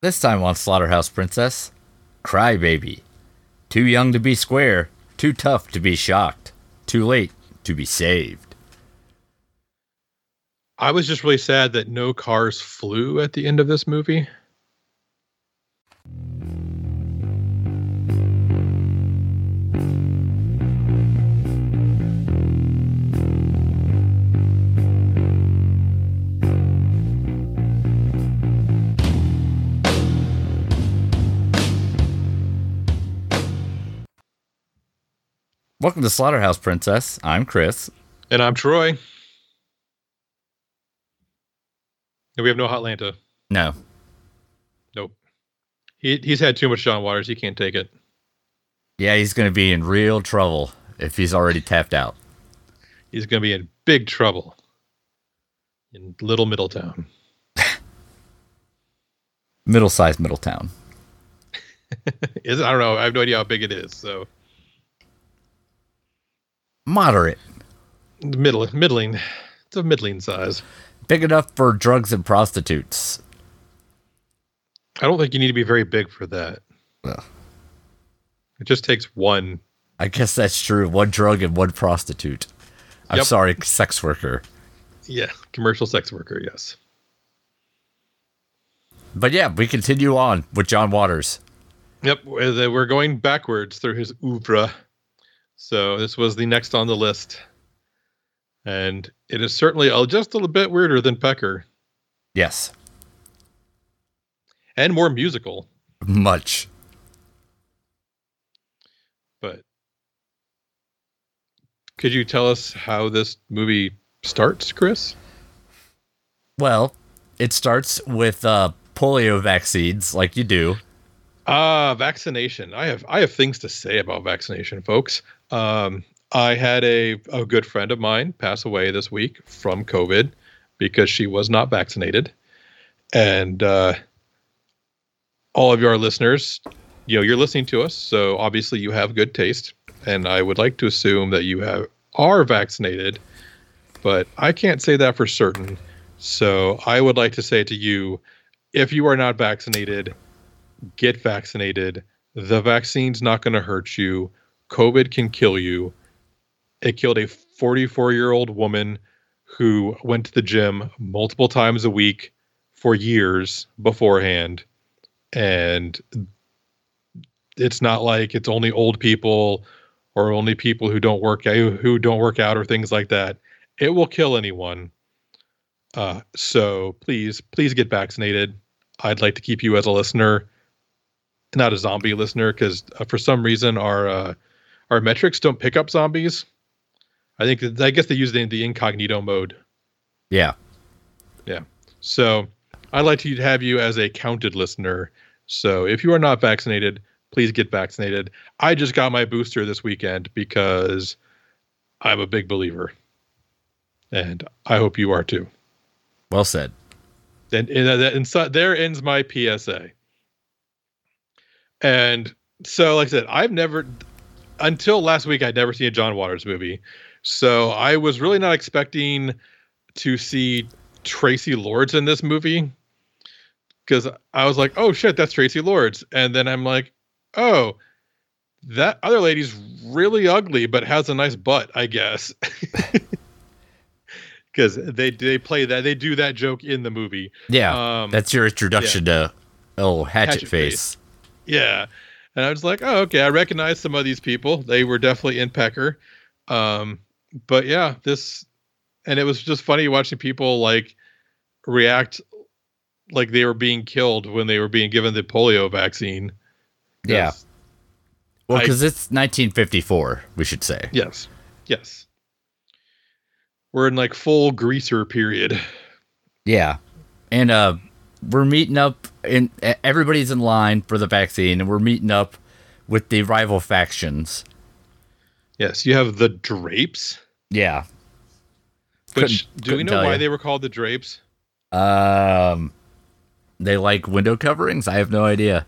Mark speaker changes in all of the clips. Speaker 1: This time on Slaughterhouse Princess, Crybaby. Too young to be square, too tough to be shocked, too late to be saved.
Speaker 2: I was just really sad that no cars flew at the end of this movie.
Speaker 1: Welcome to Slaughterhouse Princess. I'm Chris.
Speaker 2: And I'm Troy. And we have no Hotlanta.
Speaker 1: No.
Speaker 2: Nope. He, he's had too much John Waters. He can't take it.
Speaker 1: Yeah, he's going to be in real trouble if he's already tapped out.
Speaker 2: He's going to be in big trouble in Little Middletown.
Speaker 1: Middle sized Middletown.
Speaker 2: Is I don't know. I have no idea how big it is. So
Speaker 1: Moderate.
Speaker 2: middle, middling. It's a middling size.
Speaker 1: Big enough for drugs and prostitutes.
Speaker 2: I don't think you need to be very big for that.
Speaker 1: Well.
Speaker 2: It just takes one.
Speaker 1: I guess that's true. One drug and one prostitute. I'm
Speaker 2: Yep.
Speaker 1: sorry, sex worker.
Speaker 2: Yeah, commercial sex worker. Yes.
Speaker 1: But yeah, we continue on with John Waters.
Speaker 2: Yep, uh, we're going backwards through his oeuvre. So this was the next on the list, and it is certainly a, just a little bit weirder than Pecker
Speaker 1: Yes,
Speaker 2: and more musical.
Speaker 1: much.
Speaker 2: But could you tell us how this movie starts, Chris?
Speaker 1: Well, it starts with uh, polio vaccines, like you do.
Speaker 2: Ah, vaccination. I have I have things to say about vaccination, folks. Um, I had a, a good friend of mine pass away this week from COVID because she was not vaccinated, and uh, all of your listeners, you know, you're listening to us, so obviously you have good taste, and I would like to assume that you have are vaccinated, but I can't say that for certain. So I would like to say to you, if you are not vaccinated get vaccinated. The vaccine's not going to hurt you. COVID can kill you. It killed a 44 year old woman who went to the gym multiple times a week for years beforehand. And it's not like it's only old people or only people who don't work eh, who don't work out or things like that. It will kill anyone. Uh, so please, please get vaccinated. I'd like to keep you as a listener not a zombie listener because uh, for some reason our uh, our metrics don't pick up zombies. I think that, I guess they use the, the incognito mode.
Speaker 1: Yeah.
Speaker 2: So I'd like to have you as a counted listener. So if you are not vaccinated, please get vaccinated. I just got my booster this weekend because I'm a big believer, and I hope you are too.
Speaker 1: Well said.
Speaker 2: and, and, uh, that- and so there ends my PSA. And so, like I said, I've never until last week I'd never seen a John Waters movie, so I was really not expecting to see Tracy Lords in this movie because I was like, oh shit, that's Tracy Lords, and then I'm like, oh. That other lady's really ugly, but has a nice butt, I guess. Because they they play that they do that joke in the movie.
Speaker 1: Yeah.
Speaker 2: Um,
Speaker 1: that's your introduction to oh hatchet,
Speaker 2: Hatchet
Speaker 1: face.
Speaker 2: Face. yeah. And I was like, oh, okay, I recognize some of these people. They were definitely in Pecker. Um, but yeah, this, and it was just funny watching people like react like they were being killed when they were being given the polio vaccine. 'Cause-
Speaker 1: Yeah. Well,
Speaker 2: I-
Speaker 1: because it's 1954, we should say.
Speaker 2: Yes. Yes. We're in like full greaser period.
Speaker 1: Yeah. And uh we're meeting up and everybody's in line for the vaccine and we're meeting up with the rival factions.
Speaker 2: Yes. You have the drapes,
Speaker 1: Yeah.
Speaker 2: which
Speaker 1: Couldn't-
Speaker 2: do we
Speaker 1: couldn't
Speaker 2: know
Speaker 1: tell
Speaker 2: why
Speaker 1: ya.
Speaker 2: they were called the drapes?
Speaker 1: Um they like window coverings? I have no idea.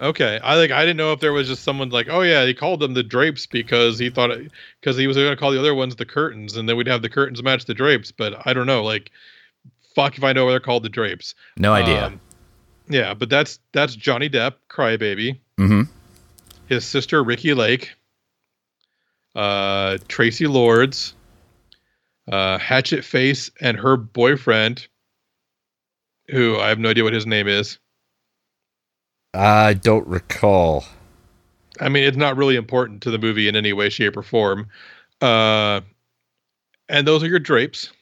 Speaker 2: Okay, I like I didn't know if there was just someone like, oh yeah, he called them the drapes because he thought it because he was going to call the other ones the curtains, and then we'd have the curtains match the drapes. But I don't know, like, fuck if I know why they're called the drapes.
Speaker 1: No idea.
Speaker 2: Um, Yeah, but that's that's Johnny Depp, Crybaby.
Speaker 1: Mm-hmm.
Speaker 2: His sister Ricky Lake. Uh, Tracy Lords. Uh, Hatchet Face and her boyfriend, who I have no idea what his name is.
Speaker 1: I don't recall.
Speaker 2: I mean, it's not really important to the movie in any way, shape, or form. Uh, and those are your drapes.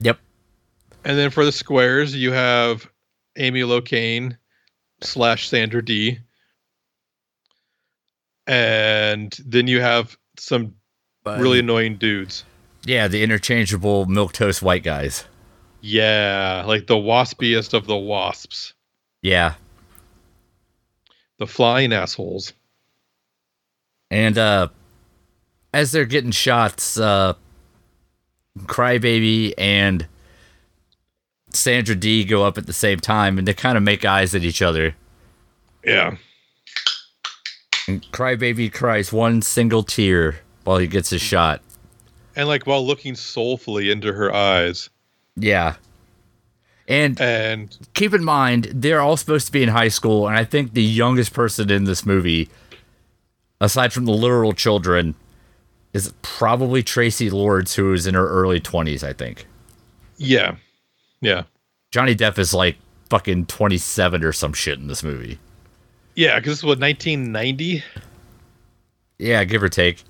Speaker 1: Yep.
Speaker 2: And then for the squares, you have Amy Locane slash Sandra D. And then you have some
Speaker 1: But,
Speaker 2: really annoying dudes.
Speaker 1: yeah, the interchangeable milk toast white guys.
Speaker 2: Yeah, like the waspiest of the wasps,
Speaker 1: Yeah,
Speaker 2: the flying assholes.
Speaker 1: and uh, as they're getting shots, uh, Crybaby and Sandra D go up at the same time, and they kind of make eyes at each other.
Speaker 2: Yeah.
Speaker 1: And Crybaby cries one single tear while he gets his shot.
Speaker 2: And like while looking soulfully into her eyes.
Speaker 1: Yeah. And
Speaker 2: And
Speaker 1: keep in mind they're all supposed to be in high school and i think the youngest person in this movie aside from the literal children is probably tracy lords who is in her early 20s i think
Speaker 2: yeah. Yeah.
Speaker 1: johnny depp is like fucking 27 or some shit in this movie
Speaker 2: Yeah, because this is what 1990.
Speaker 1: yeah give or take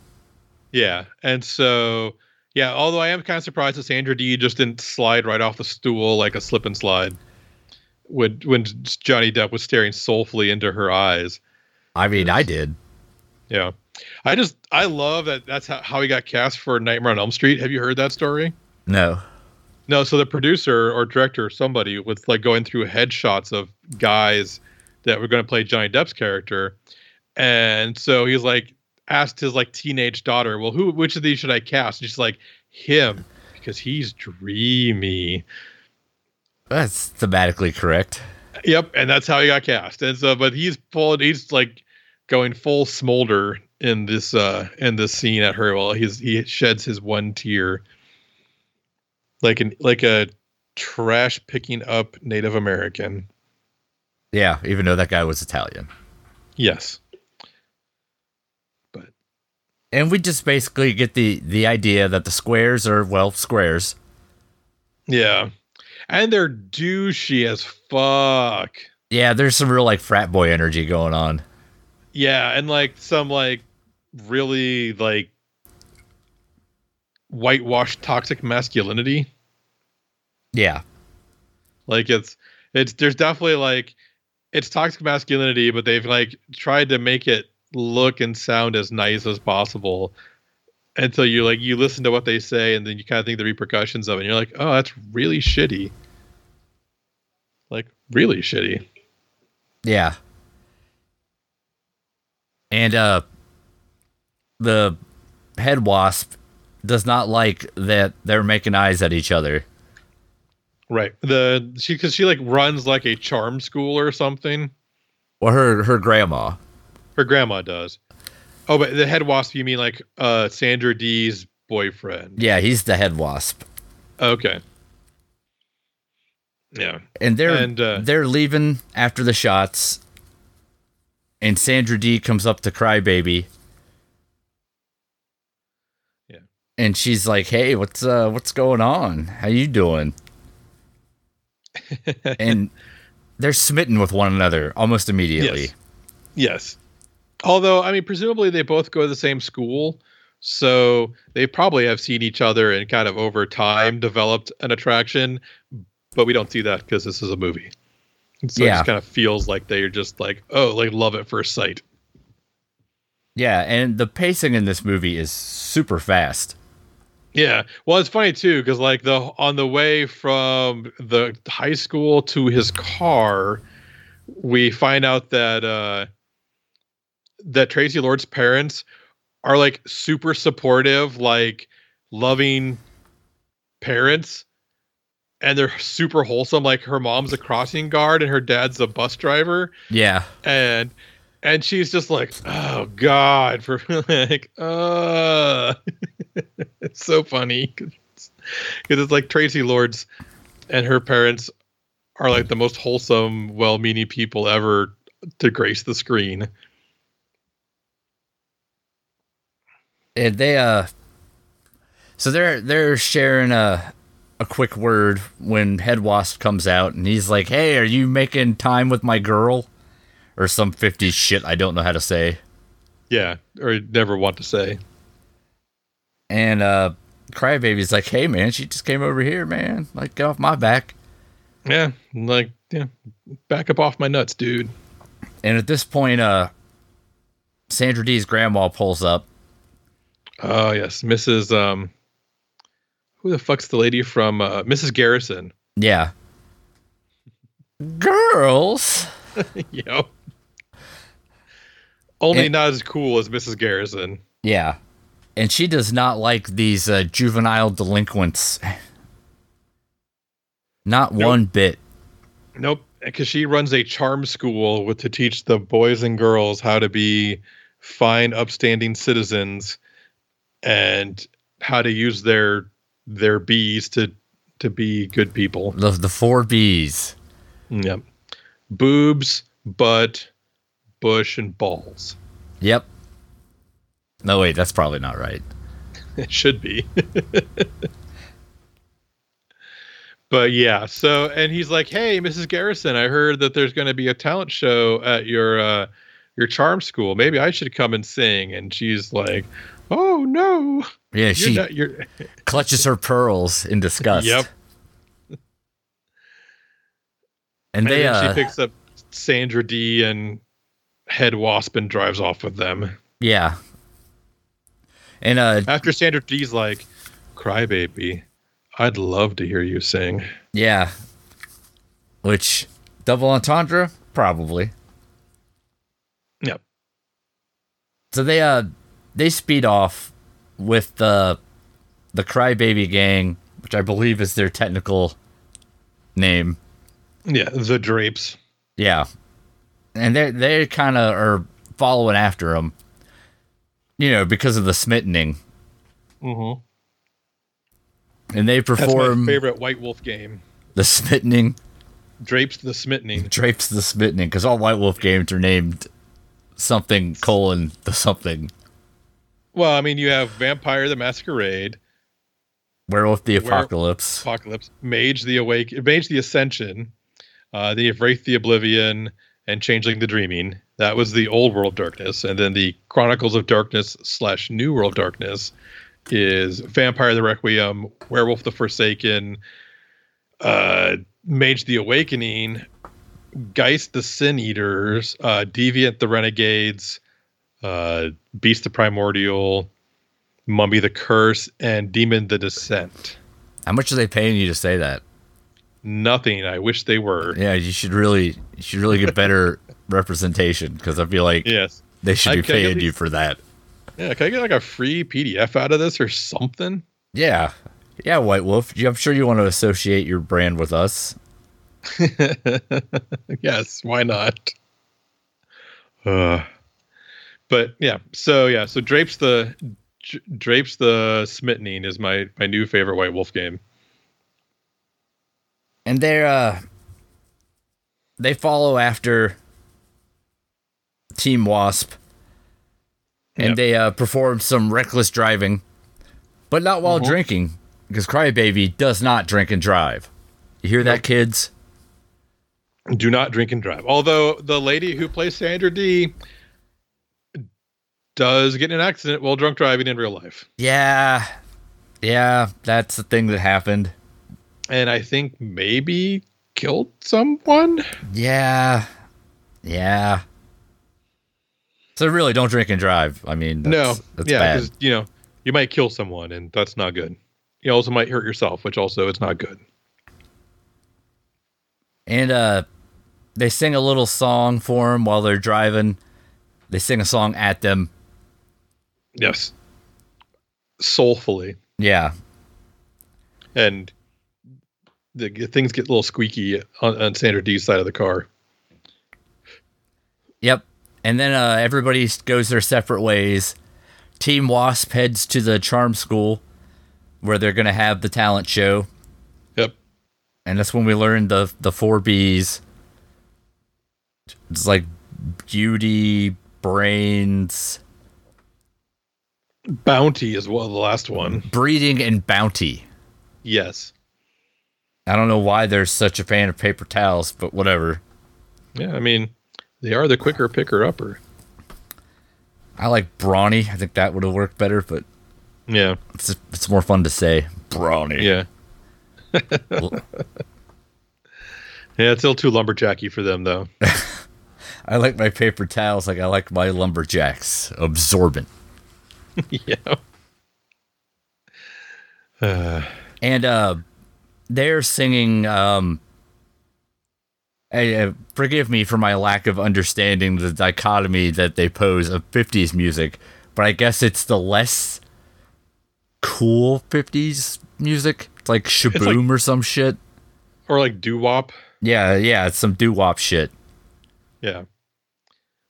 Speaker 2: Yeah, and so yeah. Although I am kind of surprised that Sandra D just didn't slide right off the stool like a slip and slide when when Johnny Depp was staring soulfully into her eyes.
Speaker 1: i mean i did
Speaker 2: Yeah, I just I love that. That's how, how he got cast for Nightmare on Elm Street. Have you heard that story?
Speaker 1: no
Speaker 2: No. So the producer or director or somebody was like going through headshots of guys that were going to play Johnny Depp's character, and so he's like asked his like teenage daughter, "Well, who? Which of these should I cast?" And she's like, "Him, because he's dreamy."
Speaker 1: that's thematically correct
Speaker 2: Yep, and that's how he got cast. And so, but he's pulling, he's like going full smolder in this uh in this scene at her. Well, he's he sheds his one tear, like an like a trash picking up Native American.
Speaker 1: yeah even though that guy was italian
Speaker 2: Yes.
Speaker 1: and we just basically get the the idea that the squares are well squares
Speaker 2: Yeah. And they're douchey as fuck.
Speaker 1: yeah there's some real like frat boy energy going on
Speaker 2: Yeah, and like some like really like whitewashed toxic masculinity.
Speaker 1: yeah
Speaker 2: Like it's it's there's definitely like it's toxic masculinity, but they've like tried to make it look and sound as nice as possible. And so you like you listen to what they say and then you kind of think the repercussions of it and you're like, oh, that's really shitty. Like really shitty.
Speaker 1: Yeah. And uh the head wasp does not like that they're making eyes at each other.
Speaker 2: Right. The she cause she like runs like a charm school or something.
Speaker 1: Well her her grandma.
Speaker 2: Her grandma does. Oh, but the head wasp, you mean like uh Sandra D's boyfriend.
Speaker 1: Yeah, he's the head wasp.
Speaker 2: Okay. Yeah.
Speaker 1: And they're
Speaker 2: And, uh,
Speaker 1: they're leaving after the shots. And Sandra D comes up to Crybaby.
Speaker 2: Yeah.
Speaker 1: And she's like, "Hey, what's uh what's going on? How you doing?" and they're smitten with one another almost immediately.
Speaker 2: Yes. Yes. Although, I mean, presumably they both go to the same school, so they probably have seen each other and kind of over time developed an attraction. But we don't see that because this is a movie. And So it
Speaker 1: Yeah.
Speaker 2: just kind of feels like they're just like, oh, like love at first sight.
Speaker 1: Yeah, and the pacing in this movie is super fast.
Speaker 2: Yeah. Well, it's funny too because like the on the way from the high school to his car, we find out that uh, that Tracy Lord's parents are like super supportive, like loving parents, and they're super wholesome. Like her mom's a crossing guard and her dad's a bus driver
Speaker 1: Yeah.
Speaker 2: and and she's just like, oh god, for like, uh, it's so funny because it's like Tracy Lords and her parents are like the most wholesome, well-meaning people ever to grace the screen.
Speaker 1: And they uh so they're they're sharing a a quick word when Head Wasp comes out and he's like, "Hey, are you making time with my girl?" or some 50 shit I don't know how to say.
Speaker 2: Yeah, or never want to say.
Speaker 1: And uh Crybaby's like, "Hey man, she just came over here, man. Like get off my back."
Speaker 2: Yeah, like yeah, back up off my nuts, dude.
Speaker 1: And at this point uh Sandra D's grandma pulls up
Speaker 2: Oh yes, Mrs. Um, who the fuck's the lady from uh, Mrs. Garrison?
Speaker 1: Yeah. Girls.
Speaker 2: you know, only
Speaker 1: It-
Speaker 2: not as cool as Mrs. Garrison.
Speaker 1: Yeah. And she does not like these uh, juvenile delinquents. Not
Speaker 2: Nope.
Speaker 1: one bit.
Speaker 2: Nope, because she runs a charm school with to teach the boys and girls how to be fine, upstanding citizens, and how to use their their bees to to be good people.
Speaker 1: The, the four B's.
Speaker 2: Yep, boobs, butt, bush, and balls.
Speaker 1: Yep. No, wait, that's probably not right.
Speaker 2: It should be. but yeah, so and he's like, "Hey, Mrs. Garrison, I heard that there's going to be a talent show at your uh, your charm school. Maybe I should come and sing." And she's like, "Oh no,
Speaker 1: Yeah,
Speaker 2: you're
Speaker 1: she
Speaker 2: not, you're
Speaker 1: clutches her pearls in disgust.
Speaker 2: Yep.
Speaker 1: And
Speaker 2: and
Speaker 1: they,
Speaker 2: then
Speaker 1: uh,
Speaker 2: she picks up Sandra D and Head Wasp and drives off with them.
Speaker 1: yeah. And uh,
Speaker 2: After Sandra D's like, "Crybaby, I'd love to hear you sing."
Speaker 1: Yeah. Which double entendre? Probably.
Speaker 2: Yep.
Speaker 1: So they uh they speed off with the the crybaby gang, which I believe is their technical name.
Speaker 2: Yeah, the drapes.
Speaker 1: Yeah. And they they kind of are following after him. You know, because of the smittening.
Speaker 2: Mm-hmm.
Speaker 1: And they
Speaker 2: That's
Speaker 1: perform
Speaker 2: my favorite White Wolf game.
Speaker 1: the smittening,
Speaker 2: Drapes the Smittening.
Speaker 1: drapes the smittening, because all White Wolf games are named something colon the something.
Speaker 2: Well, I mean, you have Vampire the Masquerade,
Speaker 1: Werewolf the
Speaker 2: Were-
Speaker 1: Apocalypse.
Speaker 2: Apocalypse, Mage the Awake, Mage the Ascension, uh, then you have Wraith the Oblivion, and Changeling the Dreaming. That was the old world darkness, and then the Chronicles of Darkness slash New World Darkness is Vampire the Requiem, Werewolf the Forsaken, uh, Mage the Awakening, Geist the Sin Eaters, uh, Deviant the Renegades, uh, Beast the Primordial, Mummy the Curse, and Demon the Descent.
Speaker 1: How much are they paying you to say that?
Speaker 2: Nothing. I wish they were.
Speaker 1: Yeah, you should really, you should really get better representation because I feel like
Speaker 2: Yes.
Speaker 1: they should
Speaker 2: I-
Speaker 1: be
Speaker 2: can I get
Speaker 1: paying you
Speaker 2: these-
Speaker 1: for that.
Speaker 2: Yeah. Can I get like a free PDF out of this or something?
Speaker 1: Yeah, yeah, White Wolf. you- I'm sure you want to associate your brand with us.
Speaker 2: yes. Why not? Uh, but yeah. So yeah. So drapes the Dr- drapes the smittening is my my new favorite White Wolf game.
Speaker 1: And they're uh, they follow after Team Wasp, and
Speaker 2: Yep.
Speaker 1: they uh, perform some reckless driving, but not while drinking because Crybaby does not drink and drive. You hear that, kids?
Speaker 2: Do not drink and drive. Although the lady who plays Sandra D does get in an accident while drunk driving in real life.
Speaker 1: Yeah. Yeah, that's the thing that happened.
Speaker 2: And I think maybe killed someone.
Speaker 1: Yeah. Yeah. So really don't drink and drive. I mean, that's,
Speaker 2: no,
Speaker 1: that's
Speaker 2: yeah,
Speaker 1: bad.
Speaker 2: because you know you might kill someone, and that's not good. You also might hurt yourself, which also is not good.
Speaker 1: And uh they sing a little song for him while they're driving. They sing a song at them.
Speaker 2: Yes, soulfully,
Speaker 1: Yeah.
Speaker 2: and the g- things get a little squeaky on, on Sandra D's side of the car.
Speaker 1: Yep. And then uh everybody goes their separate ways. Team Wasp heads to the charm school where they're going to have the talent show.
Speaker 2: Yep,
Speaker 1: and that's when we learned the the four B's. It's like beauty, brains,
Speaker 2: Bounty is well the last one.
Speaker 1: breeding, and bounty.
Speaker 2: Yes.
Speaker 1: I don't know why there's such a fan of paper towels, but whatever.
Speaker 2: Yeah, I mean, they are the quicker picker upper.
Speaker 1: I like brawny. I think that would have worked better, but
Speaker 2: Yeah.
Speaker 1: it's, it's more fun to say brawny.
Speaker 2: Yeah. Yeah, it's still too lumberjacky for them though.
Speaker 1: I like my paper towels like I like my lumberjacks. Absorbent.
Speaker 2: yeah.
Speaker 1: And uh they're singing um eh, eh, forgive me for my lack of understanding the dichotomy that they pose of 50s music, but I guess it's the less cool 50s music. It's like shaboom or some shit.
Speaker 2: Or like doo wop.
Speaker 1: Yeah, yeah, it's some doo wop shit.
Speaker 2: Yeah.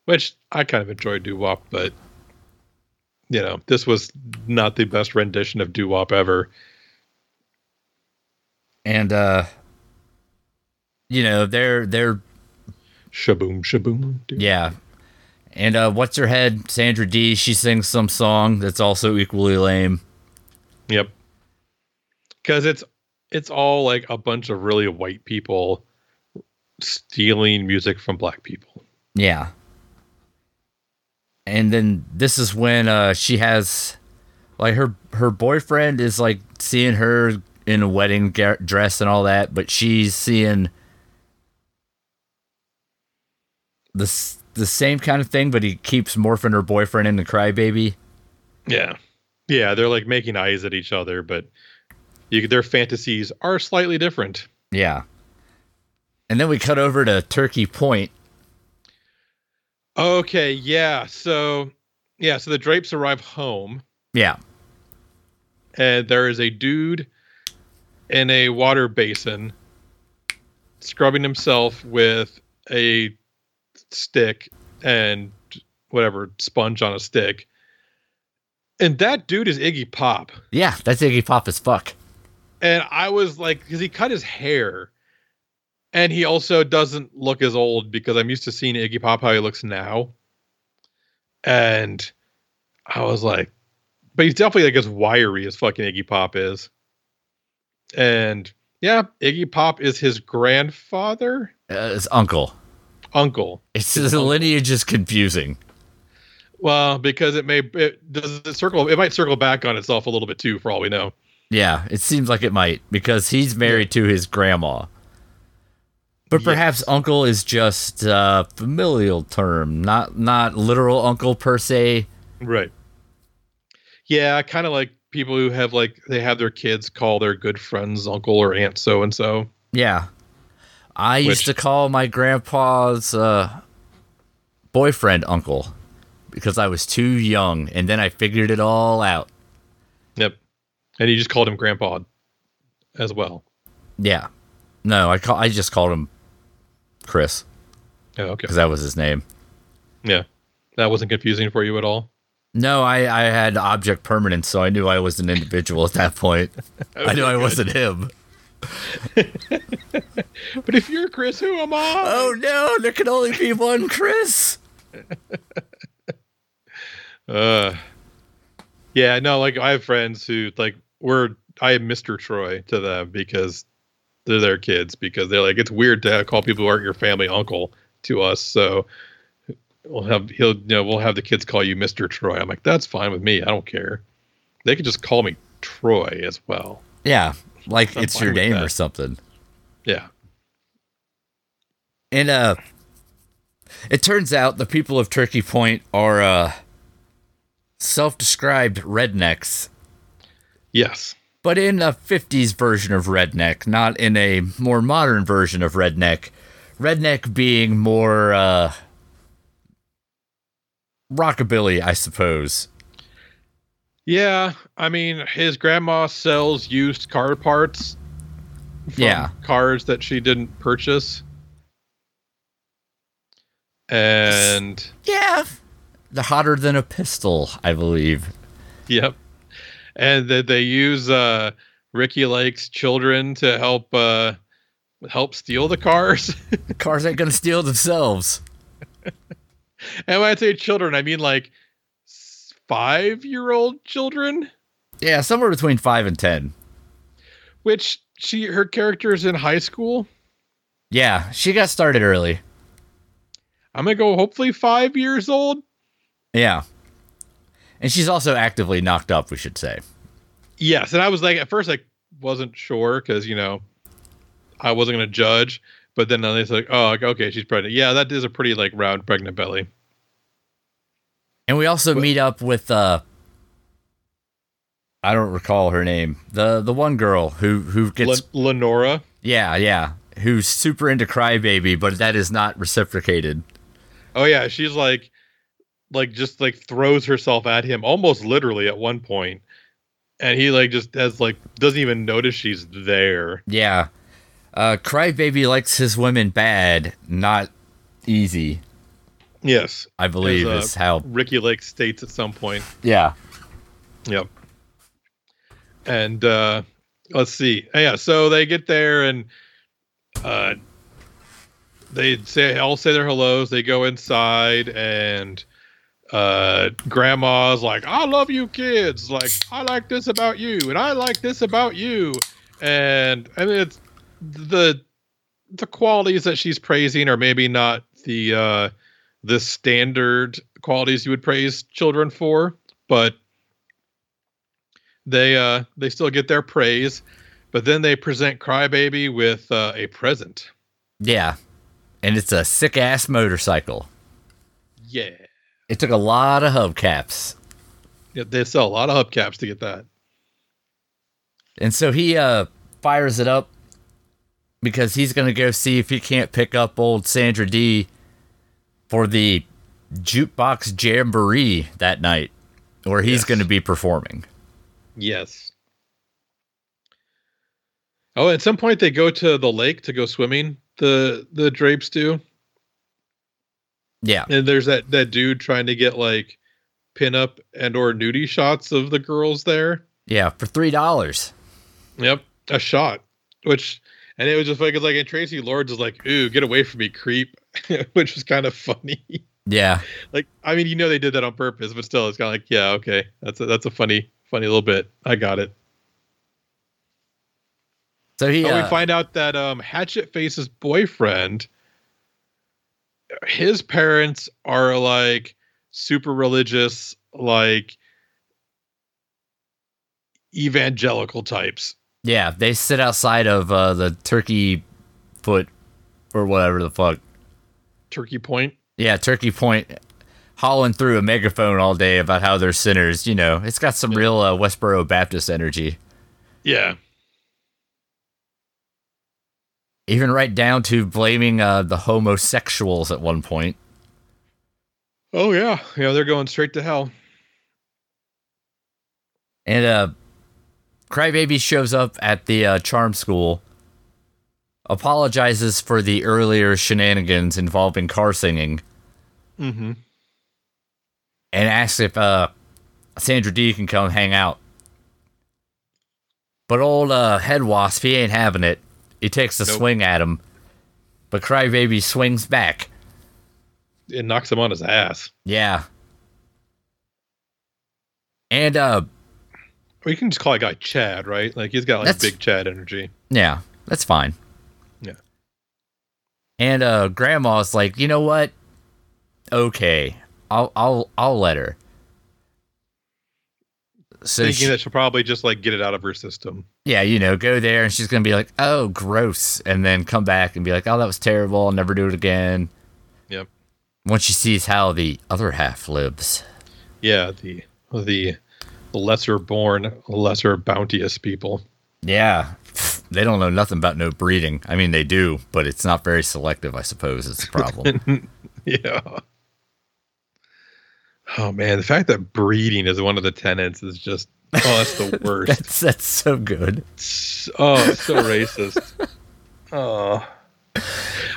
Speaker 2: Which I kind of enjoy doo wop, but you know, this was not the best rendition of doo wop ever.
Speaker 1: And uh you know, they're they're
Speaker 2: Shaboom, shaboom. doo.
Speaker 1: Yeah. And uh, what's her head? Sandra D. She sings some song that's also equally lame.
Speaker 2: Yep. Because it's it's all like a bunch of really white people stealing music from black people.
Speaker 1: Yeah. And then this is when uh, she has, like, her her boyfriend is like seeing her in a wedding ga- dress and all that, but she's seeing the s- the same kind of thing, but he keeps morphing her boyfriend into crybaby.
Speaker 2: Yeah. Yeah, they're like making eyes at each other, but you, their fantasies are slightly different.
Speaker 1: Yeah. And then we cut over to Turkey Point.
Speaker 2: Okay, yeah. So yeah, so the drapes arrive home
Speaker 1: Yeah.
Speaker 2: and Uh, there is a dude in a water basin scrubbing himself with a stick and whatever sponge on a stick. And that dude is Iggy Pop.
Speaker 1: Yeah, that's Iggy Pop as fuck.
Speaker 2: And I was like, because he cut his hair. And he also doesn't look as old because I'm used to seeing Iggy Pop how he looks now. And I was like, but he's definitely like as wiry as fucking Iggy Pop is. And yeah, Iggy Pop is his grandfather,
Speaker 1: Uh, his uncle.
Speaker 2: uncle.
Speaker 1: It's the lineage is confusing.
Speaker 2: Well, because it may, it does it circle, it might circle back on itself a little bit too, for all we know.
Speaker 1: Yeah, it seems like it might because he's married to his grandma. But perhaps uncle is just a familial term, not not literal uncle per se.
Speaker 2: Right. Yeah, kind of like people who have like they have their kids call their good friends uncle or aunt so and so.
Speaker 1: Yeah. I used
Speaker 2: Which-
Speaker 1: to call my grandpa's uh, boyfriend uncle because I was too young and then I figured it all out.
Speaker 2: Yep. And you just called him grandpa as well.
Speaker 1: Yeah. No, I call I just called him Chris
Speaker 2: Oh, okay.
Speaker 1: because that was his name.
Speaker 2: Yeah. That wasn't confusing for you at all.
Speaker 1: No, I, I had object permanence, so I knew I was an individual at that point. I knew I wasn't him.
Speaker 2: But if you're Chris, who am I?
Speaker 1: Oh no, there can only be one Chris.
Speaker 2: Uh, yeah, no, like I have friends who like we're I am Mr. Troy to them because they're their kids because they're like it's weird to call people who aren't your family uncle to us. So we'll have he'll you know we'll have the kids call you Mr. Troy. I'm like that's fine with me. I don't care. They could just call me Troy as well.
Speaker 1: Yeah, like
Speaker 2: I'm
Speaker 1: it's
Speaker 2: fine
Speaker 1: your
Speaker 2: with
Speaker 1: name
Speaker 2: that.
Speaker 1: or something.
Speaker 2: Yeah.
Speaker 1: And uh it turns out the people of Turkey Point are uh self-described rednecks,
Speaker 2: Yes.
Speaker 1: but in a 50s version of redneck, not in a more modern version of redneck. Redneck being more uh rockabilly, I suppose.
Speaker 2: Yeah. I mean, his grandma sells used car parts. from
Speaker 1: Yeah.
Speaker 2: cars that she didn't purchase. And
Speaker 1: Yeah. The hotter than a pistol, I believe.
Speaker 2: yep. And that they use uh Ricky Lake's children to help uh help steal the cars.
Speaker 1: The cars ain't gonna steal themselves.
Speaker 2: and when I say children, I mean like five year old children,
Speaker 1: Yeah, somewhere between five and ten.
Speaker 2: which she her character is in high school.
Speaker 1: Yeah, she got started early.
Speaker 2: I'm gonna go hopefully five years old.
Speaker 1: Yeah. And she's also actively knocked up, we should say.
Speaker 2: Yes, and I was like at first I wasn't sure because you know I wasn't gonna judge, but then it's like oh like, okay she's pregnant. Yeah, that is a pretty like round pregnant belly.
Speaker 1: And we also meet up with uh I don't recall her name. The the one girl who who gets
Speaker 2: Le- Lenora.
Speaker 1: yeah, yeah, who's super into crybaby, but that is not reciprocated.
Speaker 2: Oh yeah, she's like like just like throws herself at him almost literally at one point, and he like just has like doesn't even notice she's there.
Speaker 1: Yeah. Uh crybaby likes his women bad, not easy,
Speaker 2: Yes,
Speaker 1: I believe
Speaker 2: uh,
Speaker 1: is how
Speaker 2: Ricky Lake states at some point.
Speaker 1: Yeah.
Speaker 2: Yep. And uh let's see. Oh, Yeah, so they get there and uh they say all say their hellos, they go inside and uh grandma's like, I love you kids, like I like this about you, and I like this about you. And I mean it's the the qualities that she's praising are maybe not the uh the standard qualities you would praise children for, but they uh they still get their praise but then they present crybaby with uh, a present
Speaker 1: Yeah. And it's a sick ass motorcycle.
Speaker 2: yeah.
Speaker 1: It took a lot of hubcaps.
Speaker 2: Yeah, they sell a lot of hubcaps to get that
Speaker 1: And so he uh, fires it up because he's going to go see if he can't pick up old Sandra D for the jukebox jamboree that night where he's
Speaker 2: Yes.
Speaker 1: going to be performing.
Speaker 2: yes oh at some point they go to the lake to go swimming the the drapes do
Speaker 1: Yeah.
Speaker 2: and there's that that dude trying to get like pin up and or nudie shots of the girls there
Speaker 1: Yeah. For $3.
Speaker 2: Yep, a shot. Which and it was just like it's like and Tracy Lords is like, "Ooh, get away from me, creep," which was kind of funny.
Speaker 1: Yeah.
Speaker 2: like, I mean, you know they did that on purpose, but still, it's kind of like, yeah, okay, that's a, that's a funny funny little bit. I got it.
Speaker 1: So he.
Speaker 2: And
Speaker 1: Uh,
Speaker 2: Oh, we find out that um, Hatchet Face's boyfriend, his parents are like super religious, like evangelical types.
Speaker 1: yeah. They sit outside of uh, the turkey foot or whatever the fuck.
Speaker 2: Turkey Point.
Speaker 1: Yeah. Turkey Point hauling through a megaphone all day about how they're sinners. You know, it's got some real uh, Westboro Baptist energy.
Speaker 2: Yeah.
Speaker 1: even right down to blaming uh, the homosexuals at one point.
Speaker 2: Oh yeah. Yeah, they're going straight to hell.
Speaker 1: And uh, Crybaby shows up at the uh, charm school, apologizes for the earlier shenanigans involving car singing,
Speaker 2: Mm-hmm.
Speaker 1: and asks if uh, Sandra D can come hang out. But old uh, head wasp, he ain't having it. He takes a
Speaker 2: Nope.
Speaker 1: swing at him, but Crybaby swings back.
Speaker 2: it knocks him on his ass.
Speaker 1: Yeah. And uh,
Speaker 2: Or you can just call a guy Chad, right? Like he's got like
Speaker 1: That's-
Speaker 2: big Chad energy.
Speaker 1: Yeah, that's fine.
Speaker 2: Yeah.
Speaker 1: And uh grandma's like, "You know what? Okay. I'll I'll I'll let her." So
Speaker 2: Thinking
Speaker 1: she-
Speaker 2: that she'll probably just like get it out of her system.
Speaker 1: yeah, you know, go there and she's going to be like, "Oh, gross." And then come back and be like, "Oh, that was terrible. I'll never do it again."
Speaker 2: Yep.
Speaker 1: Once she sees how the other half lives.
Speaker 2: Yeah, the the lesser born, lesser bounteous people.
Speaker 1: Yeah. They don't know nothing about no breeding. I mean, they do, but it's not very selective, I suppose, is the problem.
Speaker 2: Yeah. Oh man, the fact that breeding is one of the tenets is just oh, that's the worst.
Speaker 1: that's, that's so good.
Speaker 2: S- oh, it's so racist. Oh,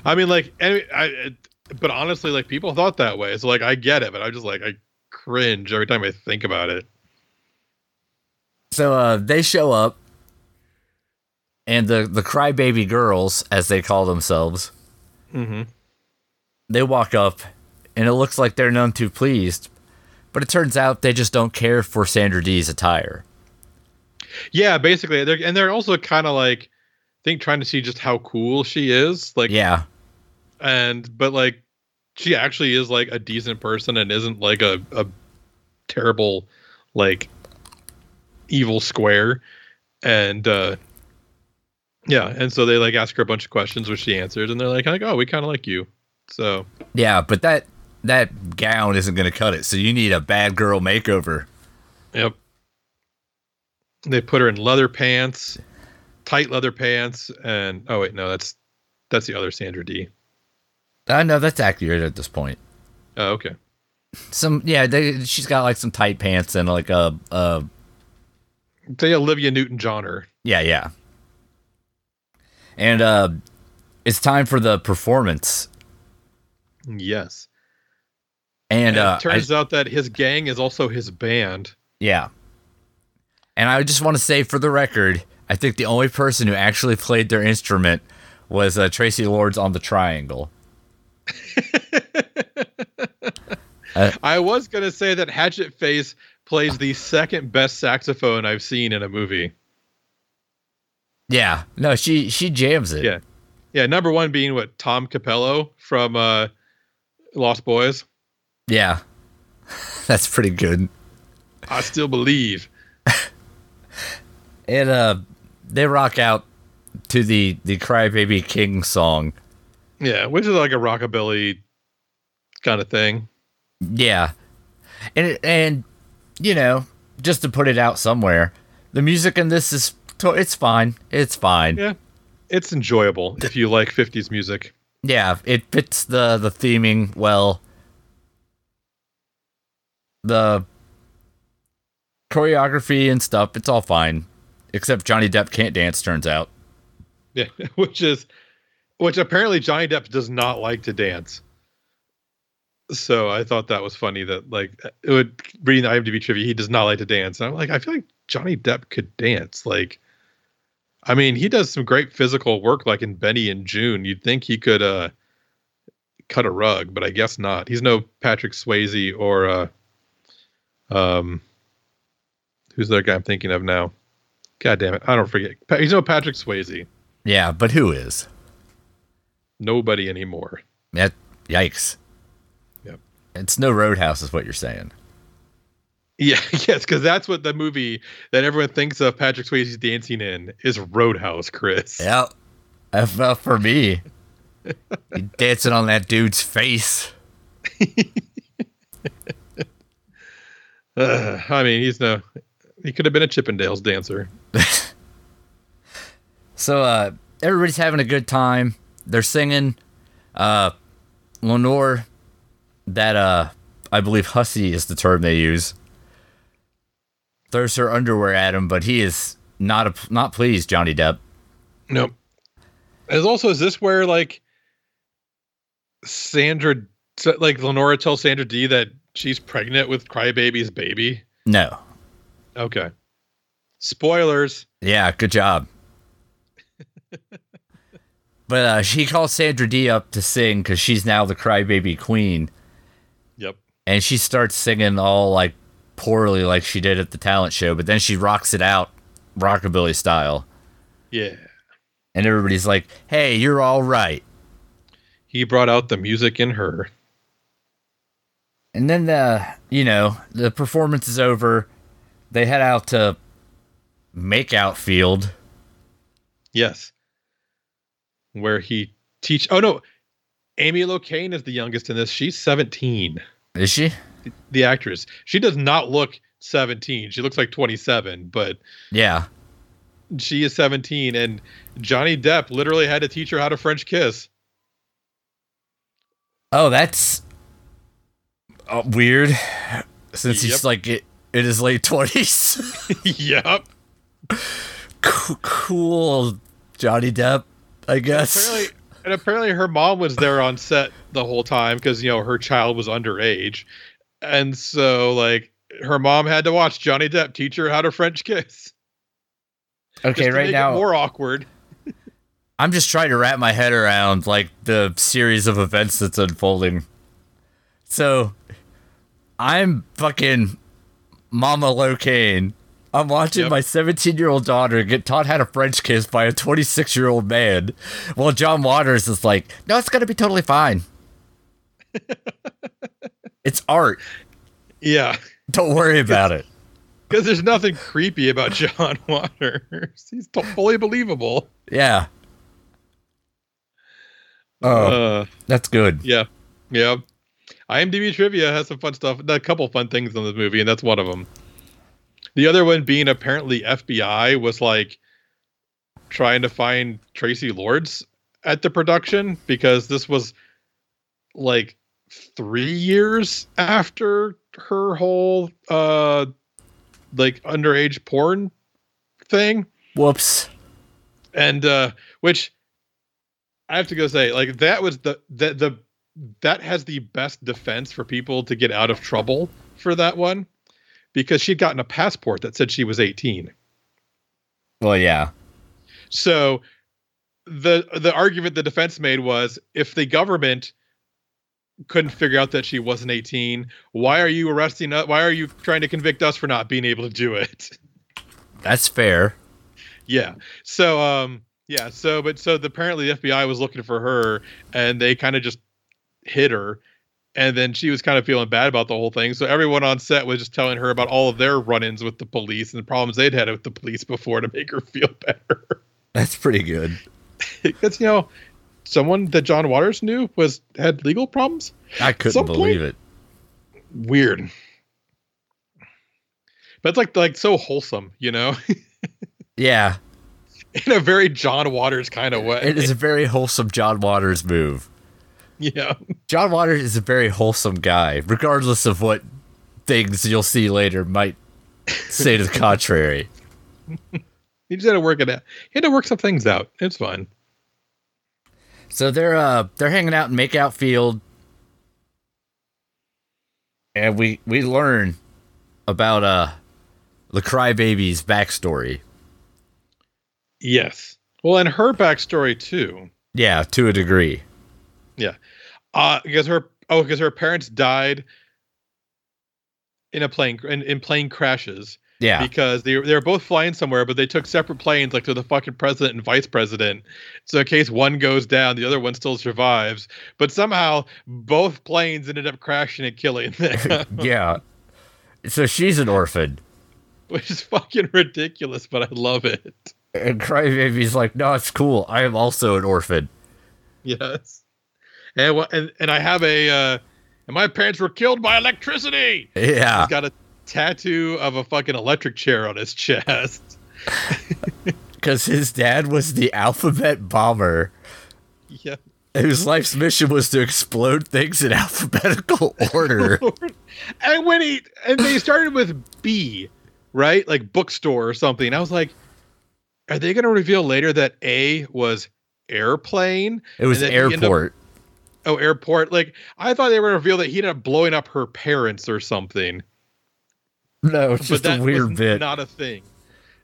Speaker 2: I mean, like, any, I, it- but honestly, like, people thought that way. So, like, I get it, but I'm just like, I cringe every time I think about it.
Speaker 1: So uh, they show up, and the the crybaby girls, as they call themselves,
Speaker 2: hmm
Speaker 1: they walk up, and it looks like they're none too pleased. But it turns out they just don't care for Sandra Dee's attire.
Speaker 2: Yeah, basically, they're, and they're also kind of like, I think trying to see just how cool she is. Like,
Speaker 1: Yeah,
Speaker 2: and but like, she actually is like a decent person and isn't like a a terrible, like, evil square. And uh yeah, and so they like ask her a bunch of questions, which she answers, and they're like, like, oh, we kind of like you. So
Speaker 1: yeah, but that that gown isn't gonna cut it. So you need a bad girl makeover.
Speaker 2: Yep. They put her in leather pants, tight leather pants, and oh wait, no, that's that's the other Sandra D.
Speaker 1: I know Uh, that's accurate at this point.
Speaker 2: Oh, okay.
Speaker 1: Some yeah, they, she's got like some tight pants and like a a
Speaker 2: They Olivia Newton John her.
Speaker 1: Yeah, yeah. And uh it's time for the performance.
Speaker 2: Yes.
Speaker 1: And,
Speaker 2: And
Speaker 1: uh
Speaker 2: it turns out that his gang is also his band.
Speaker 1: I- yeah. And I just want to say for the record, I think the only person who actually played their instrument was uh, Tracy Lords on the triangle.
Speaker 2: I was gonna say that Hatchet Face plays the second best saxophone I've seen in a movie.
Speaker 1: Yeah. No, she she jams it.
Speaker 2: Yeah. Yeah, number one being what Tom Capello from uh Lost Boys.
Speaker 1: Yeah. That's pretty good.
Speaker 2: I still believe.
Speaker 1: And uh they rock out to the the Crybaby King song.
Speaker 2: Yeah, which is like a rockabilly kind of thing.
Speaker 1: Yeah, and it- and you know, just to put it out somewhere, the music in this is to- it's fine. It's fine. Yeah,
Speaker 2: Yeah. It's enjoyable if you like 50s music.
Speaker 1: it fits the the theming well. The choreography and stuff, it's all fine, except Johnny Depp can't dance. Turns out.
Speaker 2: Yeah, which is which apparently Johnny Depp does not like to dance. So I thought that was funny that like it would reading the IMDb trivia, he does not like to dance. And I'm like, I feel like Johnny Depp could dance. Like I mean, he does some great physical work like in Benny and June. You'd think he could uh cut a rug, but I guess not. He's no Patrick Swayze or uh um who's the other guy I'm thinking of now? God damn it. I don't forget. Pa- He's no Patrick Swayze
Speaker 1: Yeah, but who is?
Speaker 2: nobody anymore.
Speaker 1: That yikes.
Speaker 2: Yep.
Speaker 1: It's no Roadhouse, is what you're saying.
Speaker 2: Yeah, yes, because that's what the movie that everyone thinks of Patrick Swayze's dancing in is Roadhouse, Chris.
Speaker 1: Yeah, F up Uh, for me. You dancing on that dude's face.
Speaker 2: Ugh, I mean, he's no, he could have been a Chippendales dancer.
Speaker 1: So uh, everybody's having a good time. They're singing. Uh, Lenore, that uh, I believe hussy is the term they use. Throws her underwear at him, but he is not a, not pleased. Johnny Depp.
Speaker 2: Nope. As also, is this where like Sandra, like Lenora tells Sandra D that she's pregnant with Crybaby's baby?
Speaker 1: No.
Speaker 2: Okay. Spoilers.
Speaker 1: Yeah. Good job. but uh, she calls Sandra D up to sing because she's now the crybaby queen.
Speaker 2: Yep.
Speaker 1: and she starts singing all like poorly like she did at the talent show but then she rocks it out rockabilly style
Speaker 2: Yeah.
Speaker 1: and everybody's like hey you're all right
Speaker 2: He brought out the music in her.
Speaker 1: and then the you know the performance is over they head out to make out field
Speaker 2: Yes. Where he teach Oh no. Amy Locane is the youngest in this. She's 17.
Speaker 1: is she
Speaker 2: The actress. She does not look 17. She looks like 27, but
Speaker 1: yeah
Speaker 2: she is 17 and Johnny Depp literally had to teach her how to French kiss.
Speaker 1: oh that's uh, weird since
Speaker 2: Yep.
Speaker 1: he's like it, in his late 20s
Speaker 2: yep.
Speaker 1: cool, cool johnny depp i guess
Speaker 2: Apparently and apparently her mom was there on set the whole time cuz you know her child was underage. And so like her mom had to watch Johnny Depp teach her how to French kiss.
Speaker 1: okay
Speaker 2: just to
Speaker 1: right
Speaker 2: make it
Speaker 1: now
Speaker 2: more awkward.
Speaker 1: I'm just trying to wrap my head around like the series of events that's unfolding. So I'm fucking Mama Locaine. I'm watching
Speaker 2: Yep.
Speaker 1: my 17 year old daughter get taught how to French kiss by a 26 year old man, while John Waters is like, "No, it's gonna be totally fine. it's art.
Speaker 2: Yeah.
Speaker 1: Don't worry about it."
Speaker 2: Because there's nothing creepy about John Waters. He's t- fully believable.
Speaker 1: Yeah. Oh,
Speaker 2: Uh,
Speaker 1: that's good.
Speaker 2: yeah. Yeah. IMDb trivia has some fun stuff. A couple fun things on this movie, and that's one of them. The other one being apparently FBI was like trying to find Tracy Lords at the production because this was like three years after her whole uh like underage porn thing.
Speaker 1: Whoops.
Speaker 2: and uh which i have to go say like that was the that the that has the best defense for people to get out of trouble for that one because she'd gotten a passport that said she was 18
Speaker 1: Well, yeah.
Speaker 2: so the the argument the defense made was if the government couldn't figure out that she wasn't 18 why are you arresting us why are you trying to convict us for not being able to do it
Speaker 1: That's fair.
Speaker 2: Yeah. So um yeah, so but so the, apparently the FBI was looking for her and they kind of just hit her and then she was kind of feeling bad about the whole thing. So everyone on set was just telling her about all of their run-ins with the police and the problems they'd had with the police before to make her feel better.
Speaker 1: That's pretty good.
Speaker 2: Cuz you know, someone that John Waters knew was had legal problems.
Speaker 1: I couldn't
Speaker 2: Some point-
Speaker 1: believe it.
Speaker 2: Weird. But it's like like so wholesome, you know,
Speaker 1: Yeah,
Speaker 2: in a very John Waters kind of way.
Speaker 1: it is a very wholesome John Waters move.
Speaker 2: yeah.
Speaker 1: John Waters is a very wholesome guy, regardless of what things you'll see later might say to the contrary.
Speaker 2: He just had to work it out. He had to work some things out. It's fine.
Speaker 1: So they're uh they're hanging out in Makeout Field, and we we learn about uh the Crybaby's backstory.
Speaker 2: Yes. Well, and her backstory too.
Speaker 1: Yeah, to a degree.
Speaker 2: Uh because her oh, because her parents died in a plane in, in plane crashes
Speaker 1: Yeah,
Speaker 2: because they they were both flying somewhere, but they took separate planes, like to the fucking president and vice president. So in case one goes down, the other one still survives. But somehow both planes ended up crashing and killing them,
Speaker 1: yeah. So she's an orphan.
Speaker 2: which is fucking ridiculous. But I love it.
Speaker 1: And Crybaby's like, no, it's cool. I am also an orphan.
Speaker 2: Yes. And wha- and and I have a uh and my parents were killed by electricity.
Speaker 1: Yeah.
Speaker 2: He's got a tattoo of a fucking electric chair on his chest.
Speaker 1: Because his dad was the alphabet bomber
Speaker 2: Yeah.
Speaker 1: whose life's mission was to explode things in alphabetical order.
Speaker 2: And when he and they started with B, right? Like bookstore or something. I was like, are they gonna reveal later that A was airplane?
Speaker 1: It was
Speaker 2: And then he ended up-
Speaker 1: airport.
Speaker 2: Oh, airport. Like I thought they were gonna reveal that he ended up blowing up her parents or something.
Speaker 1: no, it's just a weird
Speaker 2: was
Speaker 1: bit.
Speaker 2: Not a thing.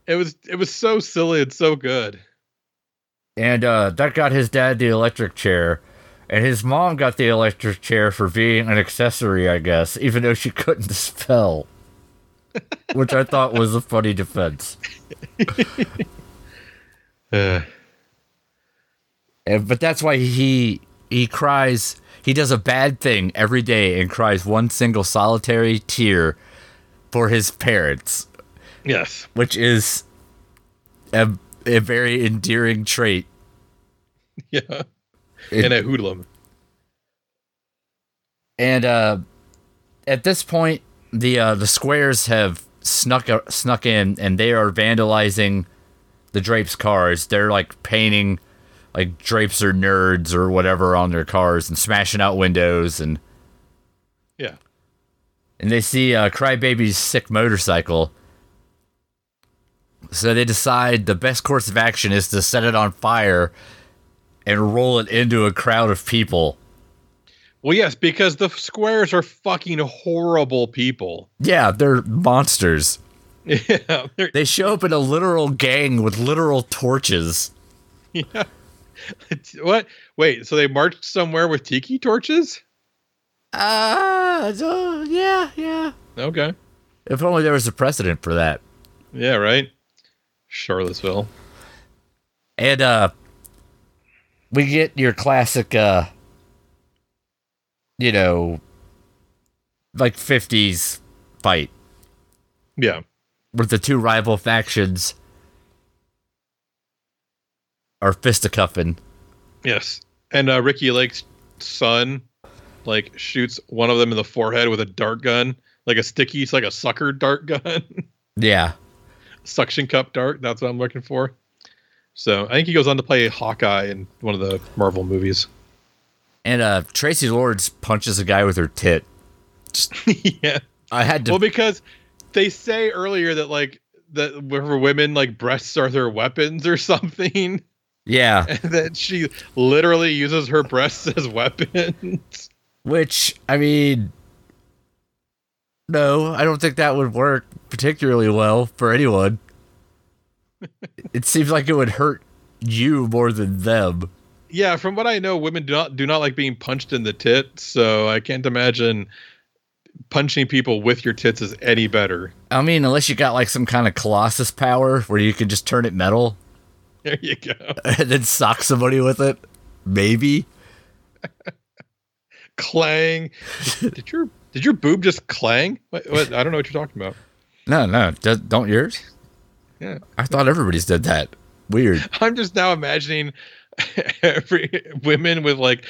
Speaker 2: It was it was so silly and so good.
Speaker 1: and uh, that got his dad the electric chair. And his mom got the electric chair for being an accessory, I guess, even though she couldn't spell. Which I thought was a funny defense.
Speaker 2: Uh,
Speaker 1: And, but that's why he he cries. He does a bad thing every day and cries one single solitary tear for his parents,
Speaker 2: yes.
Speaker 1: which is a, a very endearing trait.
Speaker 2: Yeah. and a hoodlum.
Speaker 1: And uh, at this point, the uh, the squares have snuck uh, snuck in, and they are vandalizing the Drapes' cars. They're like painting like Drapes or nerds or whatever on their cars and smashing out windows and
Speaker 2: Yeah.
Speaker 1: and they see uh, Crybaby's sick motorcycle. So they decide the best course of action is to set it on fire and roll it into a crowd of people.
Speaker 2: Well, yes, because the squares are fucking horrible people.
Speaker 1: Yeah, they're monsters.
Speaker 2: Yeah. they're-
Speaker 1: They show up in a literal gang with literal torches.
Speaker 2: what? Wait, so they marched somewhere with tiki torches?
Speaker 1: Uh, so, yeah, yeah.
Speaker 2: Okay.
Speaker 1: If only there was a precedent for that.
Speaker 2: Yeah, right. Charlottesville.
Speaker 1: And uh we get your classic uh you know like 50s fight
Speaker 2: Yeah.
Speaker 1: with the two rival factions are fisticuffing.
Speaker 2: Yes. And uh, Ricky Lake's son, like, shoots one of them in the forehead with a dart gun, like a sticky, it's like a sucker dart gun,
Speaker 1: Yeah.
Speaker 2: suction cup dart. That's what I'm looking for. So I think he goes on to play Hawkeye in one of the Marvel movies.
Speaker 1: And uh Tracy Lords punches a guy with her tit.
Speaker 2: yeah.
Speaker 1: I had to
Speaker 2: Well, because they say earlier that like that for women like breasts are their weapons or something,
Speaker 1: Yeah.
Speaker 2: and that she literally uses her breasts as weapons.
Speaker 1: Which I mean, no, I don't think that would work particularly well for anyone. it seems like it would hurt you more than them.
Speaker 2: Yeah, from what I know, women do not do not like being punched in the tit, so I can't imagine punching people with your tits is any better.
Speaker 1: I mean, unless you got like some kind of colossus power where you can just turn it metal
Speaker 2: There you go.
Speaker 1: and then sock somebody with it, maybe.
Speaker 2: Clang. Did your did your boob just clang? What, what? I don't know what you're talking about.
Speaker 1: No, no, do- don't yours.
Speaker 2: Yeah.
Speaker 1: I thought everybody's did that. Weird.
Speaker 2: I'm just now imagining every women with like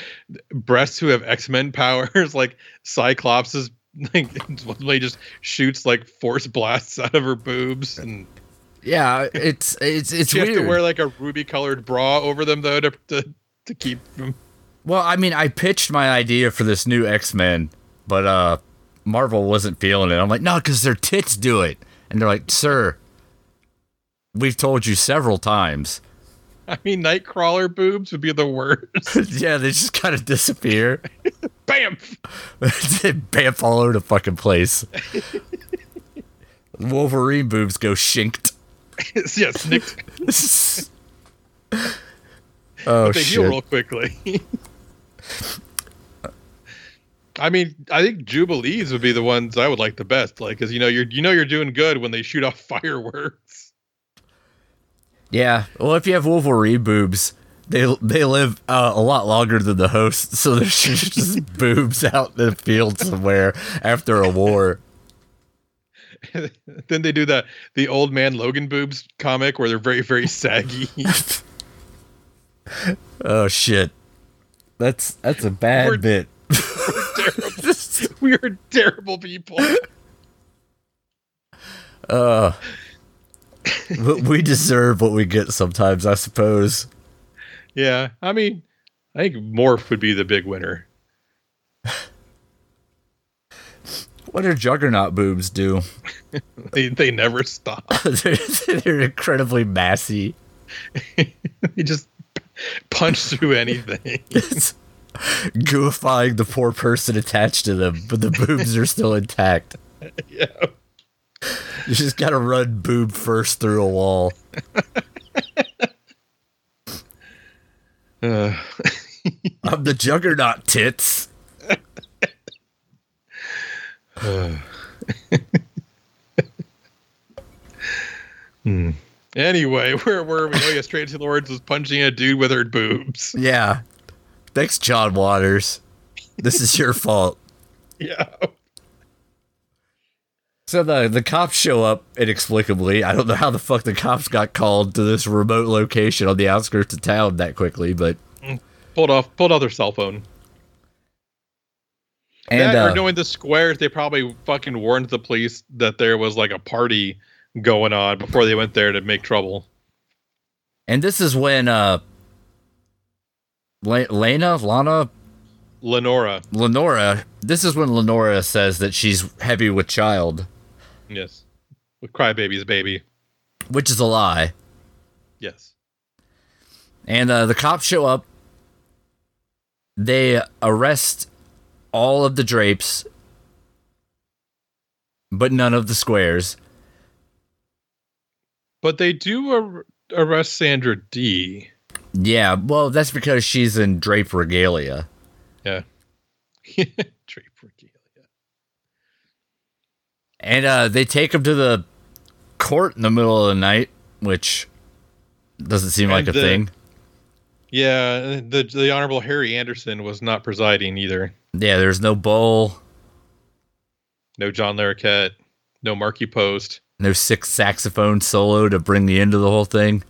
Speaker 2: breasts who have X Men powers, like Cyclops is like suddenly just shoots like force blasts out of her boobs, and
Speaker 1: Yeah, it's it's it's
Speaker 2: she
Speaker 1: weird.
Speaker 2: has to wear like a ruby colored bra over them though to to, to keep them.
Speaker 1: Well, I mean, I pitched my idea for this new X Men, but uh, Marvel wasn't feeling it. I'm like, no, because their tits do it, and they're like, sir, we've told you several times.
Speaker 2: I mean, Nightcrawler boobs would be the worst.
Speaker 1: yeah, they just kind of disappear,
Speaker 2: Bam!
Speaker 1: they bamf all over the fucking place. Wolverine boobs go shinked.
Speaker 2: yes, Nick,
Speaker 1: oh
Speaker 2: they heal
Speaker 1: shit!
Speaker 2: real quickly. I mean, I think Jubilees would be the ones I would like the best, like because you know you're you know you're doing good when they shoot off fireworks.
Speaker 1: Yeah. Well, if you have Wolverine boobs. They, they live uh, a lot longer than the host, so there's just boobs out in the field somewhere after a war.
Speaker 2: then they do the the old man Logan boobs comic where they're very very saggy.
Speaker 1: Oh shit. That's that's a bad
Speaker 2: We're-
Speaker 1: bit.
Speaker 2: terrible. we are terrible people.
Speaker 1: we we deserve what we get sometimes, I suppose.
Speaker 2: Yeah, I mean, I think Morph would be the big winner.
Speaker 1: What do juggernaut boobs do?
Speaker 2: They they never stop.
Speaker 1: they're, they're incredibly massy.
Speaker 2: they just punch through anything.
Speaker 1: It's goofying the poor person attached to them, but the boobs are still intact.
Speaker 2: yeah.
Speaker 1: You just gotta run boob first through a wall.
Speaker 2: Uh,
Speaker 1: I'm the juggernaut tits.
Speaker 2: Anyway, where were we? Oh, yeah, Tracy Lords was punching a dude with her boobs.
Speaker 1: Yeah. Thanks, John Waters. This is your fault.
Speaker 2: Yeah.
Speaker 1: So the the cops show up inexplicably. I don't know how the fuck the cops got called to this remote location on the outskirts of town that quickly, but
Speaker 2: Pulled off, pulled off their cell phone.
Speaker 1: and
Speaker 2: that,
Speaker 1: uh,
Speaker 2: or knowing the squares, they probably fucking warned the police that there was like a party going on before they went there to make trouble.
Speaker 1: and this is when uh Le- Lena Lana
Speaker 2: Lenora.
Speaker 1: Lenora. This is when Lenora says that she's heavy with child,
Speaker 2: Yes. With Crybaby's baby.
Speaker 1: which is a lie.
Speaker 2: Yes.
Speaker 1: And uh, the cops show up. They arrest all of the drapes, but none of the squares.
Speaker 2: But they do ar- arrest Sandra D.
Speaker 1: Yeah, well, that's because she's in drape regalia.
Speaker 2: Yeah. Drape regalia.
Speaker 1: And uh, they take him to the court in the middle of the night, which doesn't seem like
Speaker 2: And
Speaker 1: a
Speaker 2: the-
Speaker 1: thing.
Speaker 2: Yeah, the the honorable Harry Anderson was not presiding either.
Speaker 1: Yeah, there's no bowl,
Speaker 2: No John Larroquette, no Marky Post.
Speaker 1: no six saxophone solo to bring the end of the whole thing.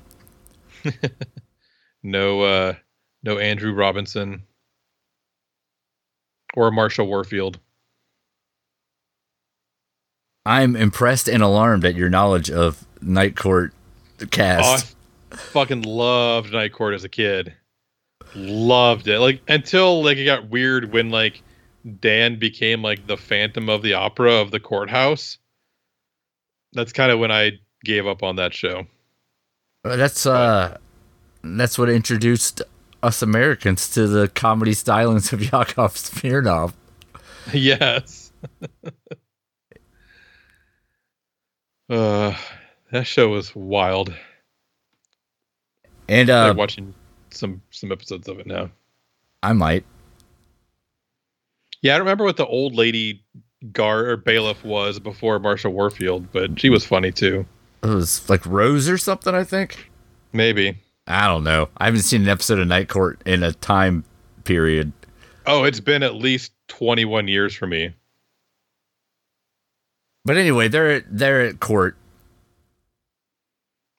Speaker 2: no uh no Andrew Robinson or Marshall Warfield.
Speaker 1: I'm impressed and alarmed at your knowledge of Night Court
Speaker 2: Oh,
Speaker 1: cast.
Speaker 2: I fucking loved Night Court as a kid. Loved it. Like until like it got weird when like Dan became like the Phantom of the Opera of the courthouse. That's kind of when I gave up on that show.
Speaker 1: Uh, that's uh, that's what introduced us Americans to the comedy stylings of Yakov Smirnov.
Speaker 2: yes. uh that show was wild.
Speaker 1: And uh,
Speaker 2: I'm watching some some episodes of it now.
Speaker 1: I might.
Speaker 2: Yeah, I don't remember what the old lady guard or bailiff was before Marsha Warfield, but she was funny too.
Speaker 1: It was like Rose or something, I think.
Speaker 2: Maybe.
Speaker 1: I don't know. I haven't seen an episode of Night Court in a time period.
Speaker 2: Oh, it's been at least 21 years for me.
Speaker 1: But anyway, they're at, they're at court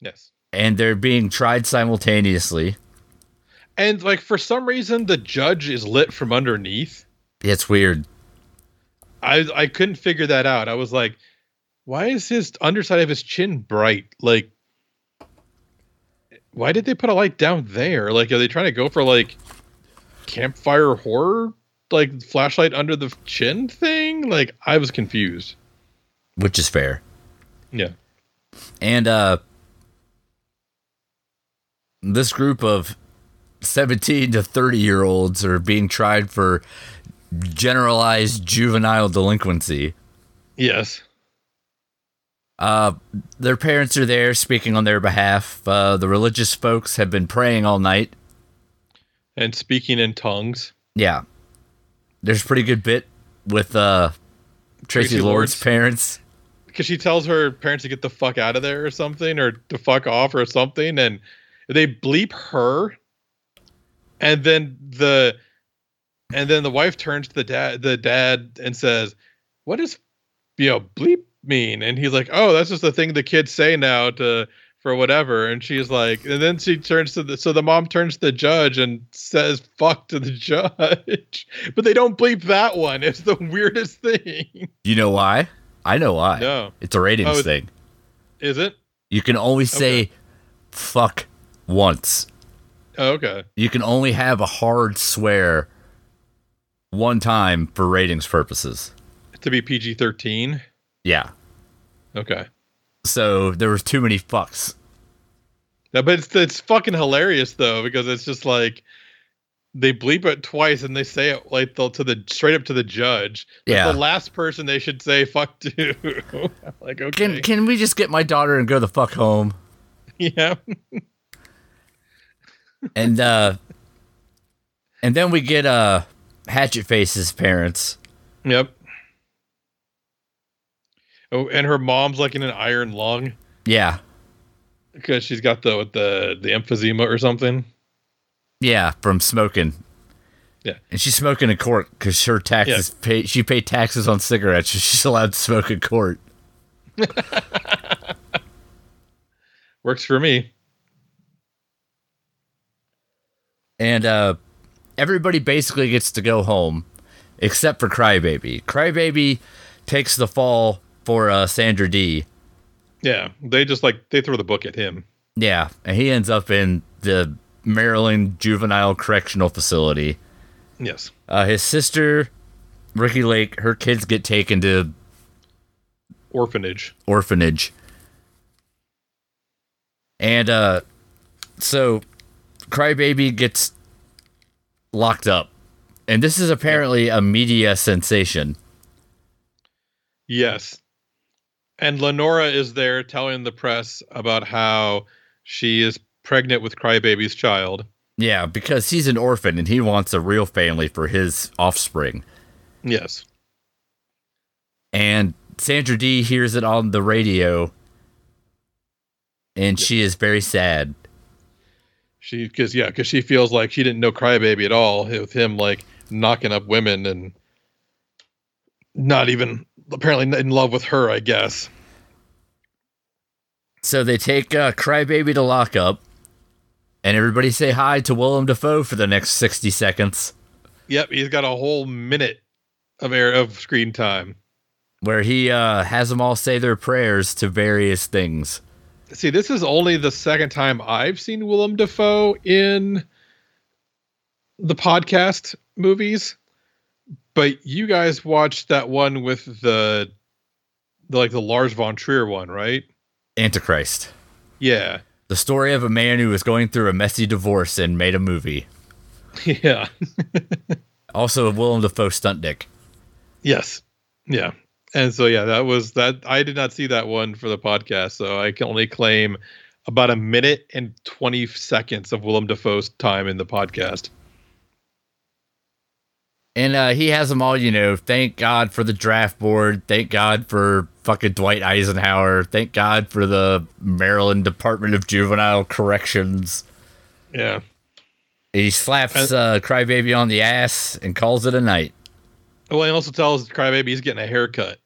Speaker 2: Yes.
Speaker 1: and they're being tried simultaneously.
Speaker 2: And like for some reason the judge is lit from underneath.
Speaker 1: It's weird.
Speaker 2: I I couldn't figure that out. I was like, why is his underside of his chin bright? Like why did they put a light down there? Like are they trying to go for like campfire horror? Like flashlight under the chin thing? Like I was confused.
Speaker 1: which is fair.
Speaker 2: Yeah.
Speaker 1: And uh this group of 17 to 30 year olds are being tried for generalized juvenile delinquency.
Speaker 2: Yes.
Speaker 1: Uh their parents are there speaking on their behalf. Uh the religious folks have been praying all night.
Speaker 2: And speaking in tongues.
Speaker 1: Yeah. There's a pretty good bit with uh Tracy,
Speaker 2: Tracy
Speaker 1: Lord's
Speaker 2: Lords.
Speaker 1: parents.
Speaker 2: Because she tells her parents to get the fuck out of there or something, or to fuck off or something. And they bleep her. And then the and then the wife turns to the dad the dad and says, What does you know bleep mean? And he's like, Oh, that's just the thing the kids say now to for whatever. And she's like, and then she turns to the so the mom turns to the judge and says fuck to the judge. But they don't bleep that one. It's the weirdest thing.
Speaker 1: You know why? I know why.
Speaker 2: No.
Speaker 1: It's a ratings
Speaker 2: Oh, it-
Speaker 1: thing.
Speaker 2: Is it?
Speaker 1: You can only say fuck once.
Speaker 2: Oh, okay.
Speaker 1: you can only have a hard swear one time for ratings purposes.
Speaker 2: To be PG 13.
Speaker 1: Yeah.
Speaker 2: Okay.
Speaker 1: So there was too many fucks.
Speaker 2: No, but it's, it's fucking hilarious, though, because it's just like they bleep it twice and they say it like the, to the straight up to the judge. That's
Speaker 1: Yeah.
Speaker 2: The last person they should say fuck to. I'm like, okay.
Speaker 1: Can can we just get my daughter and go the fuck home?
Speaker 2: yeah.
Speaker 1: And uh and then we get uh Hatchet Face's parents.
Speaker 2: Yep. Oh, and her mom's like in an iron lung
Speaker 1: Yeah.
Speaker 2: because she's got the with the the emphysema or something.
Speaker 1: Yeah, from smoking.
Speaker 2: Yeah.
Speaker 1: And she's smoking in court because her taxes pay, she paid taxes on cigarettes. so She's allowed to smoke in court.
Speaker 2: Works for me.
Speaker 1: and uh, everybody basically gets to go home except for Crybaby. Crybaby takes the fall for uh, Sandra D.
Speaker 2: Yeah. They just like they throw the book at him.
Speaker 1: Yeah, and he ends up in the Maryland Juvenile Correctional Facility.
Speaker 2: Yes.
Speaker 1: Uh, his sister, Ricky Lake, her kids get taken to
Speaker 2: Orphanage.
Speaker 1: orphanage. And uh, so Crybaby gets locked up. And this is apparently a media sensation.
Speaker 2: Yes. And Lenora is there telling the press about how she is pregnant with Crybaby's child.
Speaker 1: Yeah, because he's an orphan and he wants a real family for his offspring.
Speaker 2: Yes.
Speaker 1: And Sandra D hears it on the radio and she is very sad.
Speaker 2: She because yeah because she feels like she didn't know Crybaby at all with him like knocking up women and not even apparently not in love with her I guess
Speaker 1: So they take uh, Crybaby to lockup and everybody say hi to Willem Dafoe for the next 60 seconds
Speaker 2: yep he's got a whole minute of air of screen time
Speaker 1: where he uh, has them all say their prayers to various things.
Speaker 2: see this is only the second time I've seen Willem Dafoe in the podcast movies but you guys watched that one with the like the Lars von Trier one right
Speaker 1: Antichrist.
Speaker 2: yeah
Speaker 1: The story of a man who was going through a messy divorce and made a movie.
Speaker 2: yeah
Speaker 1: Also, Willem Dafoe stunt dick.
Speaker 2: Yes. Yeah. And so yeah, that was that I did not see that one for the podcast, so I can only claim about a minute and 20 seconds of Willem Dafoe's time in the podcast.
Speaker 1: And uh, he has them all, you know, thank God for the draft board. Thank God for fucking Dwight Eisenhower. Thank God for the Maryland Department of Juvenile Corrections.
Speaker 2: Yeah.
Speaker 1: He slaps uh, Crybaby on the ass and calls it a night.
Speaker 2: Well, he also tells Crybaby he's getting a haircut.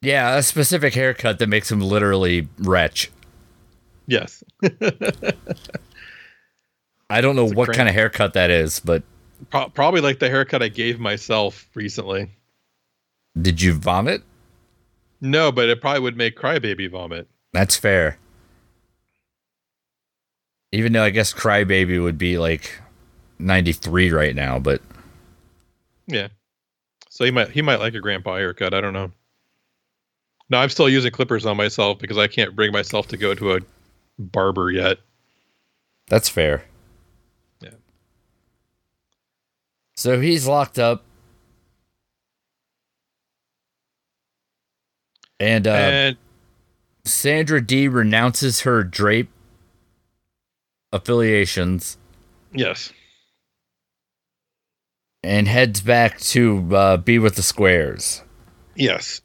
Speaker 1: Yeah, a specific haircut that makes him literally retch.
Speaker 2: Yes.
Speaker 1: I don't know
Speaker 2: a
Speaker 1: what
Speaker 2: crank.
Speaker 1: kind of haircut that is, but
Speaker 2: Pro- probably like the haircut I gave myself recently.
Speaker 1: did you vomit?
Speaker 2: No, but it probably would make Crybaby vomit.
Speaker 1: That's fair. Even though I guess Crybaby would be like 93 right now, but
Speaker 2: Yeah. So he might he might like a grandpa haircut. I don't know. No, I'm still using clippers on myself because I can't bring myself to go to a barber yet.
Speaker 1: that's fair.
Speaker 2: Yeah.
Speaker 1: So he's locked up. And uh,
Speaker 2: and
Speaker 1: Sandra D renounces her drape affiliations
Speaker 2: yes,
Speaker 1: and heads back to uh, be with the squares.
Speaker 2: yes.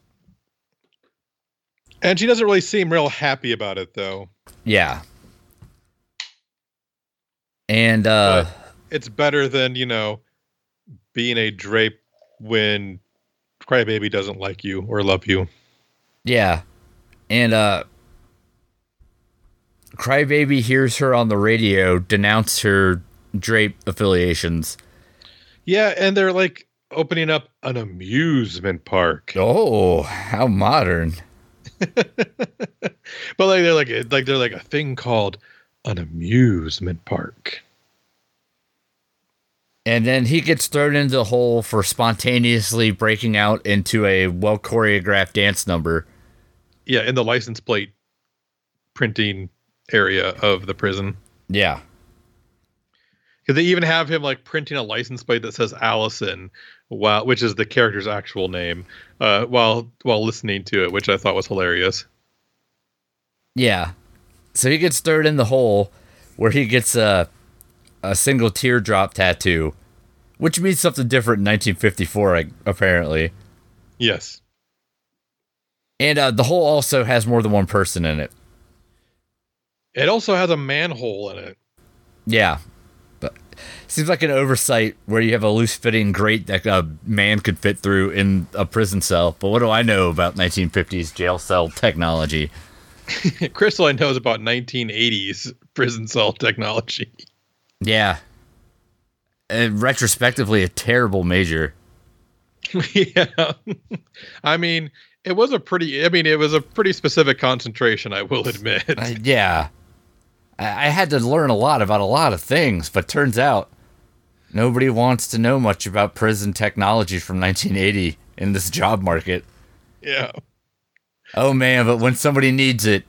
Speaker 2: And she doesn't really seem real happy about it though.
Speaker 1: Yeah. And uh
Speaker 2: It's better than, you know, being a drape when crybaby doesn't like you or love you.
Speaker 1: yeah. And uh Crybaby hears her on the radio denounce her drape affiliations.
Speaker 2: Yeah, and they're like opening up an amusement park.
Speaker 1: Oh, how modern.
Speaker 2: But like they're like like they're like a thing called an amusement park.
Speaker 1: And then he gets thrown into the hole for spontaneously breaking out into a well choreographed dance number.
Speaker 2: Yeah, in the license plate printing area of the prison.
Speaker 1: Yeah.
Speaker 2: 'Cause they even have him like printing a license plate that says Allison, while, which is the character's actual name, uh, while while listening to it, which I thought was hilarious.
Speaker 1: Yeah. So he gets third in the hole where he gets a a single teardrop tattoo, which means something different in 1954 I- apparently.
Speaker 2: Yes.
Speaker 1: And uh, the hole also has more than one person in it.
Speaker 2: It also has a manhole in it.
Speaker 1: Yeah. But seems like an oversight where you have a loose fitting grate that a man could fit through in a prison cell. But what do I know about 1950s jail cell technology?
Speaker 2: Crystal I know is about 1980s prison cell technology.
Speaker 1: Yeah. And retrospectively, a terrible major.
Speaker 2: yeah. I mean, it was a pretty I mean, it was a pretty specific concentration, I will admit.
Speaker 1: Uh, yeah. I, I had to learn a lot about a lot of things, but turns out nobody wants to know much about prison technology from 1980 in this job market.
Speaker 2: yeah.
Speaker 1: Oh man, but when somebody needs it,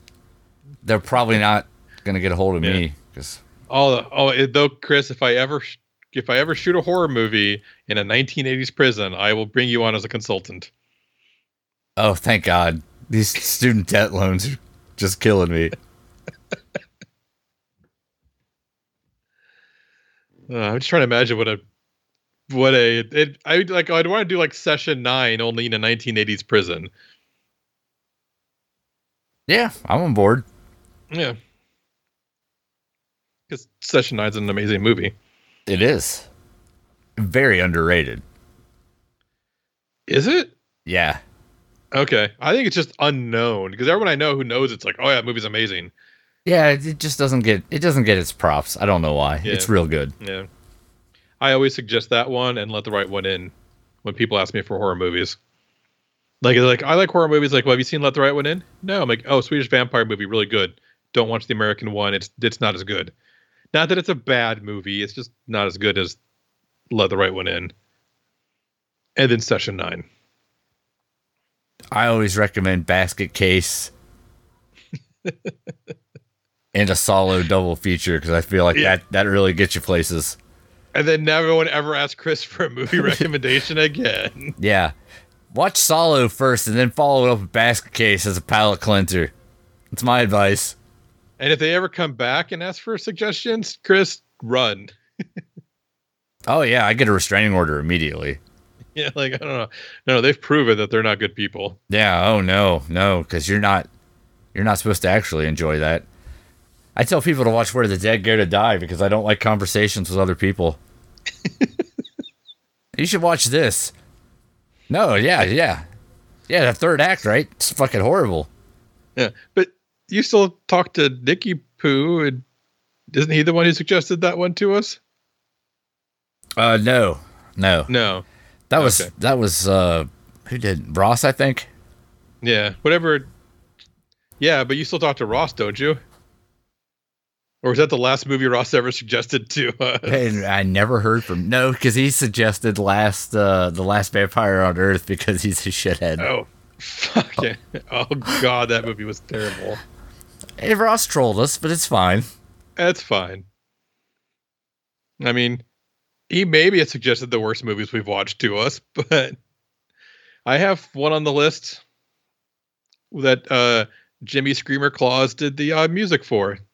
Speaker 1: they're probably not going to get a hold of me. 'cause-
Speaker 2: Oh, oh, it- though Chris, if I ever sh- if I ever shoot a horror movie in a 1980s prison, I will bring you on as a consultant.
Speaker 1: oh, thank God. These student debt loans are just killing me.
Speaker 2: Uh, I'm just trying to imagine what a what a it, I would like I'd want to do like session nine only in a 1980s prison.
Speaker 1: Yeah, I'm on board.
Speaker 2: Yeah, because session nine's an amazing movie.
Speaker 1: It is very underrated.
Speaker 2: Is it?
Speaker 1: Yeah,
Speaker 2: Okay, I think it's just unknown because everyone I know who knows it's like, oh yeah, that movie's amazing.
Speaker 1: yeah. It, it just doesn't get it doesn't get its props. I don't know why.
Speaker 2: Yeah.
Speaker 1: It's real good.
Speaker 2: Yeah, I always suggest that one and let the right one in when people ask me for horror movies. Like, they're like I like horror movies. Like, well, have you seen Let the Right One In? No, I'm like, oh, Swedish vampire movie, really good. Don't watch the American one. It's it's not as good. Not that it's a bad movie. It's just not as good as Let the Right One In. And then Session Nine.
Speaker 1: I always recommend Basket Case and a solo double feature because I feel like
Speaker 2: Yeah.
Speaker 1: that that really gets you places.
Speaker 2: And then never one ever asked Chris for a movie recommendation again.
Speaker 1: Yeah, watch Solo first and then follow it up with Basket Case as a palate cleanser. That's my advice.
Speaker 2: And if they ever come back and ask for suggestions, Chris, run.
Speaker 1: Oh yeah, I get a restraining order immediately.
Speaker 2: Yeah, like I don't know. No, they've proven that they're not good people.
Speaker 1: Yeah. Oh no, no, because you're not, you're not supposed to actually enjoy that. I tell people to watch Where the Dead Go to Die because I don't like conversations with other people. you should watch this. No, yeah, yeah, yeah. The third act, right? It's fucking horrible.
Speaker 2: Yeah, but you still talk to Nicky Poo, and isn't he the one who suggested that one to us?
Speaker 1: Uh, no, no.
Speaker 2: No.
Speaker 1: That was
Speaker 2: Okay.
Speaker 1: that was uh, who did Ross? I think.
Speaker 2: Yeah, whatever. Yeah, but you still talk to Ross, don't you? Or was that the last movie Ross ever suggested to us?
Speaker 1: And I never heard from no because he suggested last uh the last vampire on Earth because he's a shithead.
Speaker 2: Oh, fuck it. Oh god, that movie was terrible.
Speaker 1: Hey, Ross trolled us, but it's fine.
Speaker 2: That's fine. I mean, he maybe has suggested the worst movies we've watched to us, but I have one on the list that uh, Jimmy Screamer Claus did the uh, music for.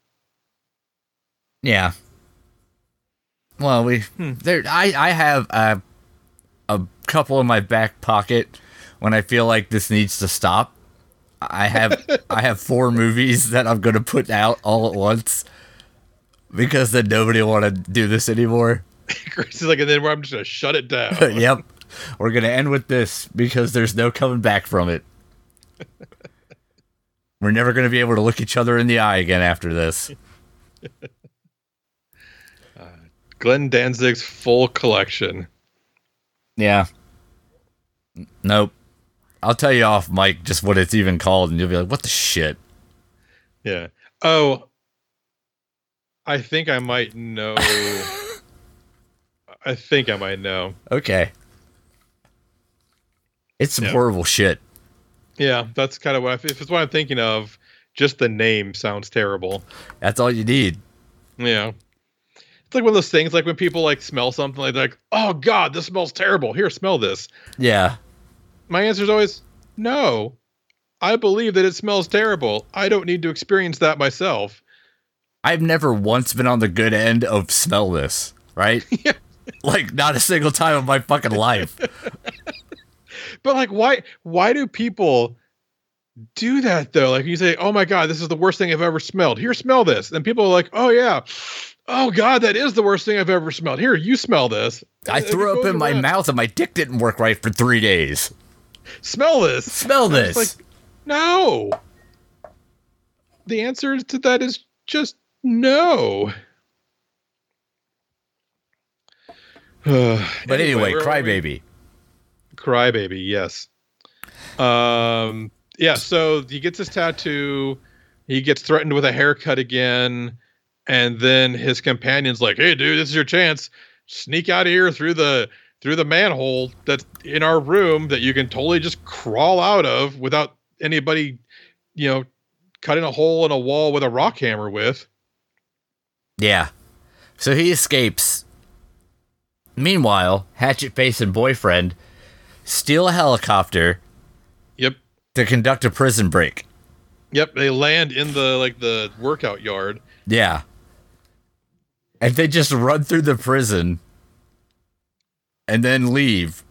Speaker 1: Yeah. Well, we
Speaker 2: Hmm.
Speaker 1: there. I I have a a couple in my back pocket when I feel like this needs to stop. I have I have four movies that I'm gonna put out all at once because then nobody want to do this anymore.
Speaker 2: Chris is like, and then I'm just gonna shut it down.
Speaker 1: yep, we're gonna end with this because there's no coming back from it. We're never gonna be able to look each other in the eye again after this.
Speaker 2: Glenn Danzig's full collection.
Speaker 1: Yeah. N- Nope. I'll tell you off, Mike, just what it's even called, and you'll be like, "What the shit?"
Speaker 2: Yeah. Oh, I think I might know. I think I might know.
Speaker 1: Okay. It's some
Speaker 2: Yeah.
Speaker 1: horrible shit.
Speaker 2: Yeah, that's kind of what I, if it's what I'm thinking of. Just the name sounds terrible.
Speaker 1: That's all you need.
Speaker 2: Yeah. It's like one of those things like when people like smell something like they're like, "Oh god, this smells terrible. Here, smell this."
Speaker 1: Yeah.
Speaker 2: My answer is always, "No. I believe that it smells terrible. I don't need to experience that myself."
Speaker 1: I've never once been on the good end of smell this, right? Like not a single time of my fucking life.
Speaker 2: But like why why do people do that though? Like you say, "Oh my god, this is the worst thing I've ever smelled. Here, smell this." And people are like, "Oh yeah. Oh god, that is the worst thing I've ever smelled. Here, you smell this."
Speaker 1: I
Speaker 2: And it
Speaker 1: threw up
Speaker 2: goes
Speaker 1: in my
Speaker 2: around.
Speaker 1: mouth and my dick didn't work right for three days.
Speaker 2: Smell this.
Speaker 1: Smell
Speaker 2: It's
Speaker 1: this.
Speaker 2: like, no. The answer to that is just no.
Speaker 1: but anyway,
Speaker 2: where are we?
Speaker 1: crybaby.
Speaker 2: Crybaby, yes. Um, yeah, so he gets his tattoo, he gets threatened with a haircut again, and then his companion's like, Hey dude, this is your chance. Sneak out of here through the through the manhole that's in our room that you can totally just crawl out of without anybody, you know, cutting a hole in a wall with a rock hammer with.
Speaker 1: Yeah. So he escapes. Meanwhile, Hatchet Face and boyfriend steal a helicopter
Speaker 2: Yep.
Speaker 1: to conduct a prison break.
Speaker 2: Yep. They land in the like the workout yard.
Speaker 1: Yeah. if they just run through the prison and then leave,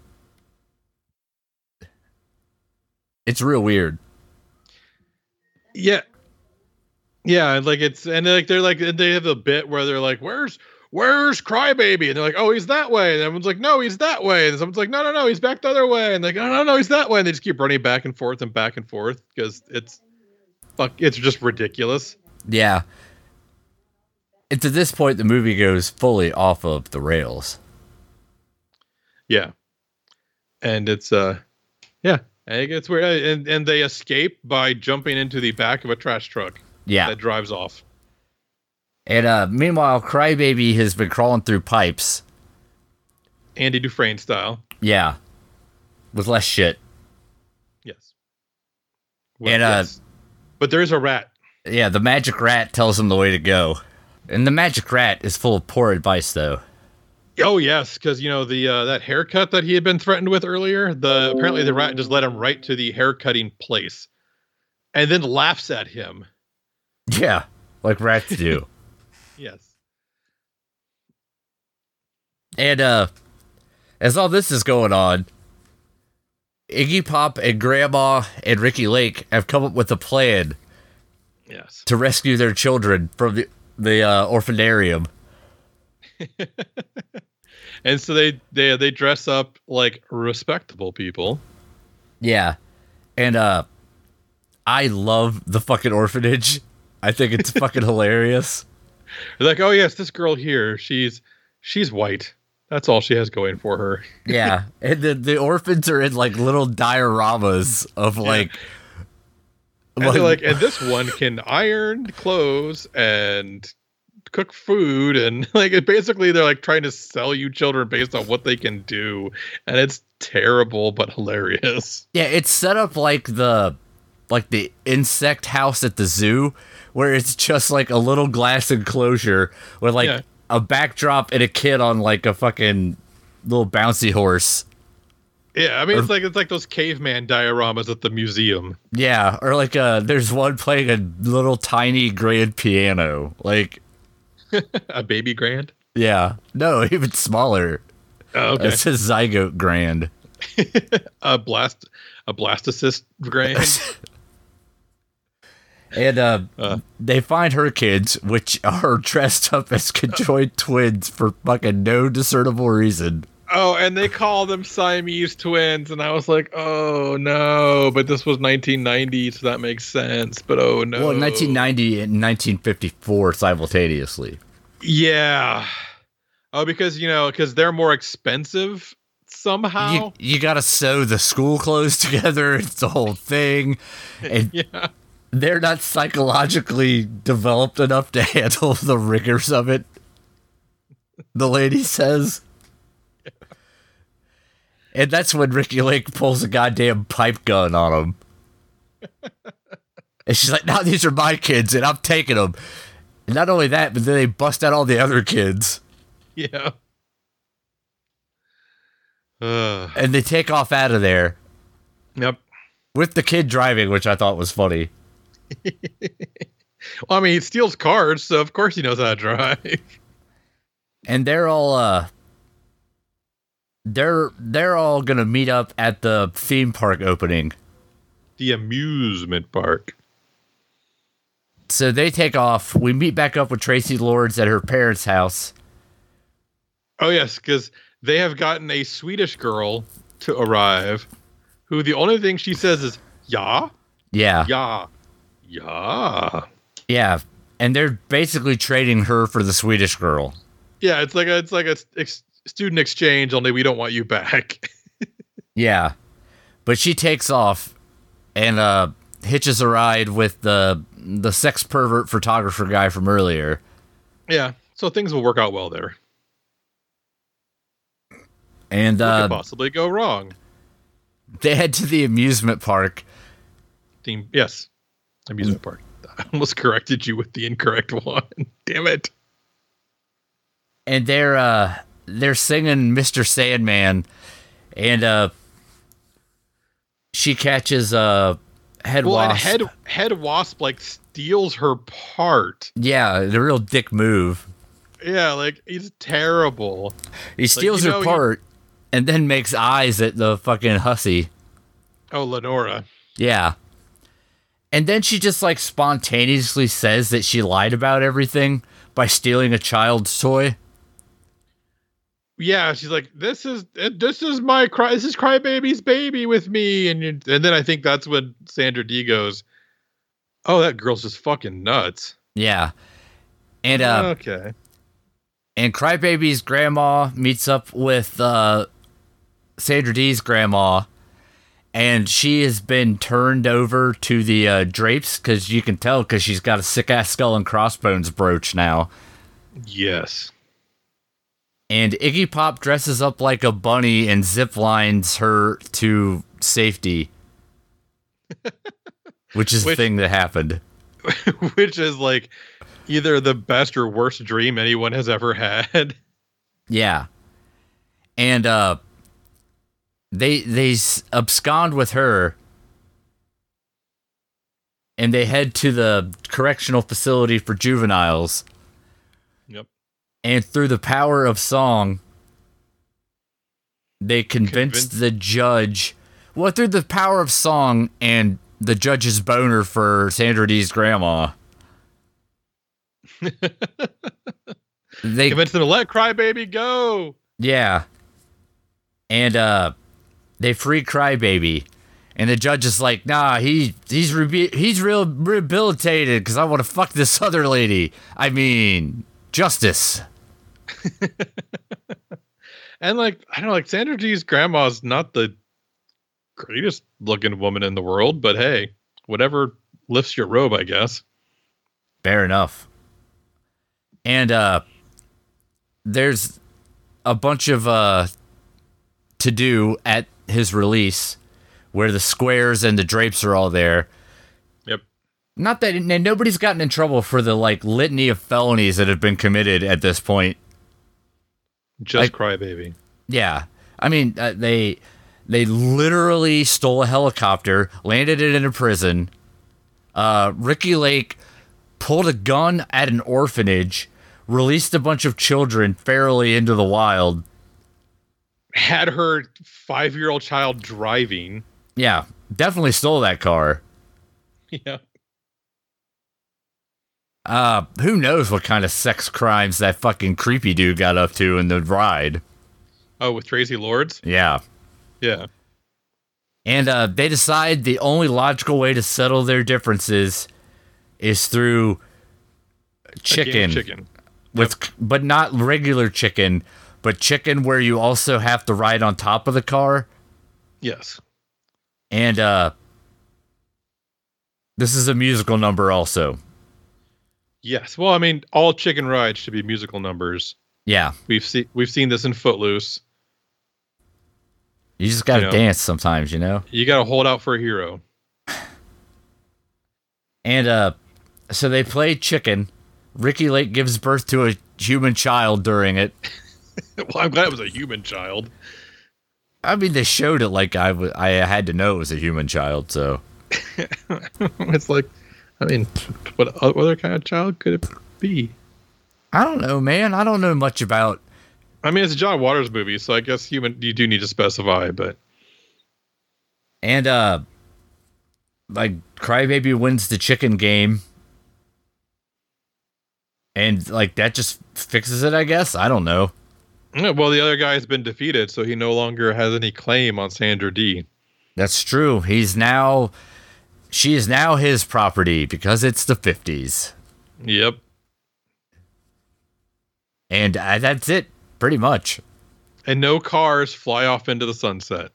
Speaker 1: it's real weird.
Speaker 2: Yeah. Yeah, and, like it's and like they're like and they have the bit where they're like, "Where's where's Crybaby?" And they're like, "Oh, he's that way." And everyone's like, "No, he's that way." And someone's like, "No, no, no, he's back the other way." And like, "No, no, no, he's that way." And they just keep running back and forth and back and forth because it's fuck, it's just ridiculous.
Speaker 1: Yeah. It's at this point the movie goes fully off of the rails.
Speaker 2: Yeah, and it's uh, yeah, and it gets weird. And and they escape by jumping into the back of a trash truck
Speaker 1: Yeah.
Speaker 2: that drives off.
Speaker 1: And uh, meanwhile, Crybaby has been crawling through pipes.
Speaker 2: Andy Dufresne style.
Speaker 1: Yeah. With less shit.
Speaker 2: Yes. Well,
Speaker 1: And, uh,
Speaker 2: yes. but there's a rat.
Speaker 1: Yeah, the magic rat tells him the way to go. And the magic rat is full of poor advice, though.
Speaker 2: Oh yes, because you know the uh, that haircut that he had been threatened with earlier. The apparently the rat just led him right to the haircutting place, and then laughs at him.
Speaker 1: Yeah, like rats do.
Speaker 2: Yes.
Speaker 1: and uh, as all this is going on, Iggy Pop and Grandma and Ricky Lake have come up with a plan
Speaker 2: Yes.
Speaker 1: to rescue their children from the, the uh, orphanarium.
Speaker 2: And so they they they dress up like respectable people.
Speaker 1: Yeah. And uh, I love the fucking orphanage. I think it's fucking hilarious.
Speaker 2: They're like, oh yes, this girl here, she's she's white. That's all she has going for her.
Speaker 1: Yeah, and the the orphans are in like little dioramas of like,
Speaker 2: And they're like, and this one can iron clothes and cook food and like it basically they're like trying to sell you children based on what they can do and it's terrible but hilarious
Speaker 1: yeah, it's set up like the like the insect house at the zoo, where it's just like a little glass enclosure with like
Speaker 2: Yeah.
Speaker 1: a backdrop and a kid on like a fucking little bouncy horse.
Speaker 2: yeah i mean
Speaker 1: Um,
Speaker 2: it's like it's like those caveman dioramas at the museum
Speaker 1: Yeah, or like uh there's one playing a little tiny grand piano. Like,
Speaker 2: a baby grand
Speaker 1: yeah, no, even smaller.
Speaker 2: oh, okay
Speaker 1: It's a zygote grand.
Speaker 2: a blast a blastocyst grand
Speaker 1: And uh,
Speaker 2: Uh.
Speaker 1: they find her kids, which are dressed up as conjoined twins for fucking no discernible reason.
Speaker 2: oh and they call them siamese twins and i was like oh no but this was 1990 so that makes sense but oh no
Speaker 1: Well, in 1990 and 1954 simultaneously.
Speaker 2: Yeah. Oh, because you know, because they're more expensive somehow.
Speaker 1: You, you got to sew the school clothes together. It's the whole thing. And
Speaker 2: yeah.
Speaker 1: they're not psychologically developed enough to handle the rigors of it, the lady says. And that's when Ricky Lake pulls a goddamn pipe gun on him. And she's like, now these are my kids, and I'm taking them. And not only that, but then they bust out all the other kids.
Speaker 2: Yeah. Uh,
Speaker 1: And they take off out of there
Speaker 2: yep.
Speaker 1: with the kid driving, which I thought was funny.
Speaker 2: Well, I mean, he steals cars, so of course he knows how to drive.
Speaker 1: and they're all uh they're they're all gonna meet up at the theme park opening
Speaker 2: the amusement park.
Speaker 1: so they take off we meet back up with tracy lords at her parents house
Speaker 2: Oh yes, because they have gotten a Swedish girl to arrive, who the only thing she says is "ja,
Speaker 1: yeah
Speaker 2: ja, ja."
Speaker 1: yeah and they're basically trading her for the swedish girl
Speaker 2: Yeah, it's like a, it's like a s- ex- student exchange. Only we don't want you back.
Speaker 1: yeah but she takes off and uh hitches a ride with the the sex pervert photographer guy from earlier
Speaker 2: Yeah. So things will work out well there.
Speaker 1: and
Speaker 2: What could
Speaker 1: uh
Speaker 2: possibly go wrong?
Speaker 1: they head to the amusement park
Speaker 2: Theme, yes.
Speaker 1: Mm.
Speaker 2: Amusement park. I almost corrected you with the incorrect one. Damn it.
Speaker 1: and they're uh they're singing Mr. Sandman and uh she catches uh head
Speaker 2: Well, and
Speaker 1: wasp.
Speaker 2: head head wasp like steals her part.
Speaker 1: yeah, the real dick move.
Speaker 2: yeah, like he's terrible.
Speaker 1: He steals
Speaker 2: you
Speaker 1: her
Speaker 2: know, you-
Speaker 1: part and then makes eyes at the fucking hussy.
Speaker 2: Oh, Lenora.
Speaker 1: Yeah. And then she just like spontaneously says that she lied about everything by stealing a child's toy.
Speaker 2: Yeah, she's like, this is eh, this is my cry. This is Crybaby's baby with me, and you, and then I think that's when Sandra D goes, "Oh, that girl's just fucking nuts."
Speaker 1: Yeah. And uh
Speaker 2: Okay.
Speaker 1: and Crybaby's grandma meets up with uh, Sandra D's grandma, and she has been turned over to the uh, drapes because you can tell because she's got a sick ass skull and crossbones brooch now.
Speaker 2: Yes.
Speaker 1: And Iggy Pop dresses up like a bunny and zip lines her to safety, which is the
Speaker 2: Which-
Speaker 1: thing that happened.
Speaker 2: Which is like either the best or worst dream anyone has ever had.
Speaker 1: Yeah. And uh they they s- abscond with her and they head to the correctional facility for juveniles
Speaker 2: Yep.
Speaker 1: and through the power of song they convince
Speaker 2: Convince-
Speaker 1: the judge well through the power of song and the judge's boner for Sandra D's grandma they
Speaker 2: Convince them to let Crybaby go.
Speaker 1: Yeah. And uh they free crybaby. And the judge is like, "Nah, he he's rebu he's real rehabilitated cuz I want to fuck this other lady. I mean, justice."
Speaker 2: And like I don't know, like Sandra G's grandma's not the greatest looking woman in the world, but hey, whatever lifts your robe, I guess.
Speaker 1: Fair enough. And uh there's a bunch of uh to do at his release where the squares and the drapes are all there.
Speaker 2: Yep.
Speaker 1: Not that and nobody's gotten in trouble for the like litany of felonies that have been committed at this point.
Speaker 2: Just
Speaker 1: I-
Speaker 2: Crybaby.
Speaker 1: Yeah, I mean uh, they they literally stole a helicopter, landed it in a prison. Uh, Ricky Lake pulled a gun at an orphanage, released a bunch of children fairly into the wild.
Speaker 2: Had her five year old child driving.
Speaker 1: Yeah, definitely stole that car.
Speaker 2: Yeah.
Speaker 1: Uh, who knows what kind of sex crimes that fucking creepy dude got up to in the ride?
Speaker 2: Oh, with Tracy Lords?
Speaker 1: Yeah.
Speaker 2: Yeah.
Speaker 1: And uh, they decide the only logical way to settle their differences is through
Speaker 2: Again,
Speaker 1: chicken,
Speaker 2: Chicken.
Speaker 1: with, but not regular chicken, but chicken where you also have to ride on top of the car.
Speaker 2: Yes.
Speaker 1: And uh, this is a musical number, also.
Speaker 2: Yes. Well, I mean, all chicken rides should be musical numbers.
Speaker 1: Yeah,
Speaker 2: We've seen we've seen this in Footloose.
Speaker 1: you just gotta
Speaker 2: Yeah.
Speaker 1: dance sometimes, you know.
Speaker 2: You got to hold out for a hero.
Speaker 1: And uh, so they play chicken. Ricky Lake gives birth to a human child during it.
Speaker 2: well, I'm glad it was a human child.
Speaker 1: I mean, they showed it like I wa- I had to know it was a human child, so.
Speaker 2: it's like, I mean, what other kind of child could it be?
Speaker 1: I don't know, man. I don't know much about.
Speaker 2: I mean, it's a John Waters movie, so I guess human. You do need to specify, but
Speaker 1: And uh, like Crybaby wins the chicken game, and like that just fixes it, I guess. I don't know.
Speaker 2: Yeah, well, the other guy has been defeated, so he no longer has any claim on Sandra D.
Speaker 1: That's true. He's now, she is now his property because it's the fifties,
Speaker 2: Yep.
Speaker 1: and uh, that's it, pretty much.
Speaker 2: And no cars fly off into the sunset.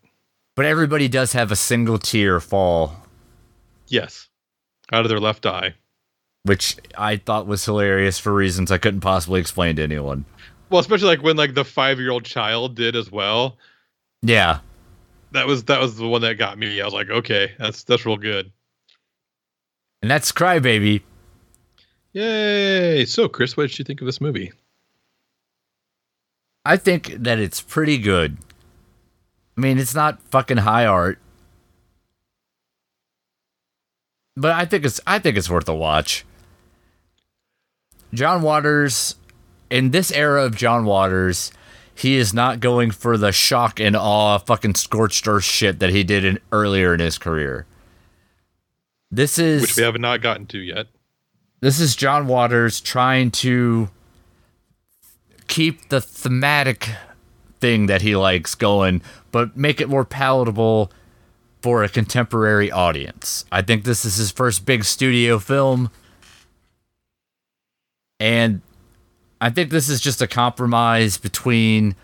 Speaker 1: But everybody does have a single tear fall,
Speaker 2: Yes. Out of their left eye.
Speaker 1: which I thought was hilarious for reasons I couldn't possibly explain to anyone.
Speaker 2: Well, especially like when like the five year old child did as well.
Speaker 1: Yeah.
Speaker 2: That was that was the one that got me. I was like, okay, that's that's real good.
Speaker 1: And that's Crybaby.
Speaker 2: Yay! So, Chris, what did you think of this movie?
Speaker 1: I think that it's pretty good. I mean, it's not fucking high art. But I think it's I think it's worth a watch. John Waters in this era of John Waters, he is not going for the shock and awe fucking scorched earth shit that he did in, earlier in his career. This is
Speaker 2: which we have not gotten to yet.
Speaker 1: this is John Waters trying to keep the thematic thing that he likes going, but make it more palatable for a contemporary audience. I think this is his first big studio film. And I think this is just a compromise between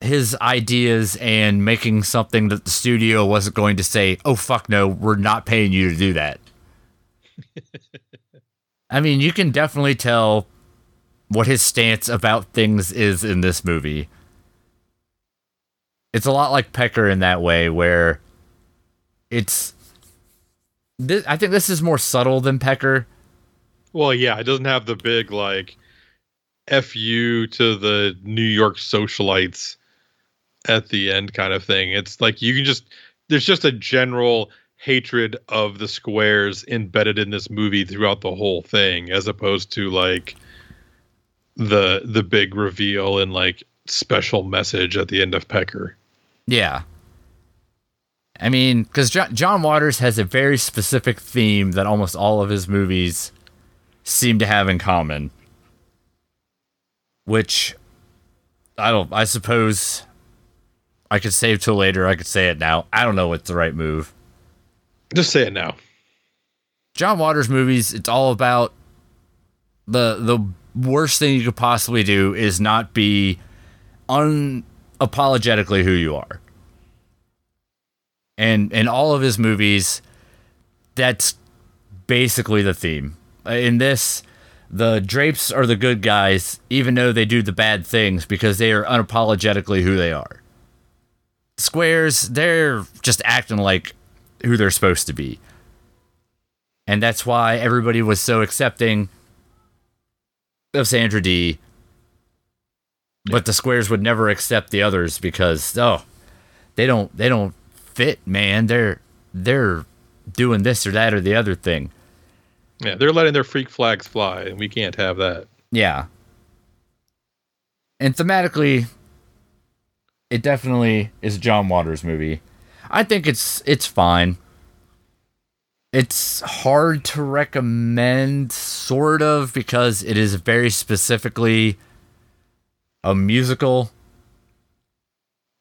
Speaker 1: his ideas and making something that the studio wasn't going to say, oh, fuck no, we're not paying you to do that. I mean, you can definitely tell what his stance about things is in this movie. It's a lot like Pecker in that way, where it's. This, I think this is more subtle than Pecker.
Speaker 2: Well, yeah, it doesn't have the big like F you to the New York socialites at the end kind of thing. It's like you can just there's just a general hatred of the squares embedded in this movie throughout the whole thing, as opposed to like the the big reveal and like special message at the end of Pecker.
Speaker 1: Yeah. I mean, because John, John Waters has a very specific theme that almost all of his movies seem to have in common, which I don't. I suppose I could save till later. I could say it now. I don't know what's the right move.
Speaker 2: Just say it now.
Speaker 1: John Waters movies, it's all about the the worst thing you could possibly do is not be unapologetically who you are. And in all of his movies, that's basically the theme. Uh, In this, the drapes are the good guys, even though they do the bad things because they are unapologetically who they are. Squares, they're just acting like who they're supposed to be and that's why everybody was so accepting of Sandra D. But the squares would never accept the others because oh, they don't they don't fit, man. They're they're doing this or that or the other thing.
Speaker 2: Yeah, they're letting their freak flags fly, and we can't have that.
Speaker 1: Yeah. And thematically, it definitely is a John Waters movie. I think it's it's fine. It's hard to recommend, sort of, because it is very specifically a musical.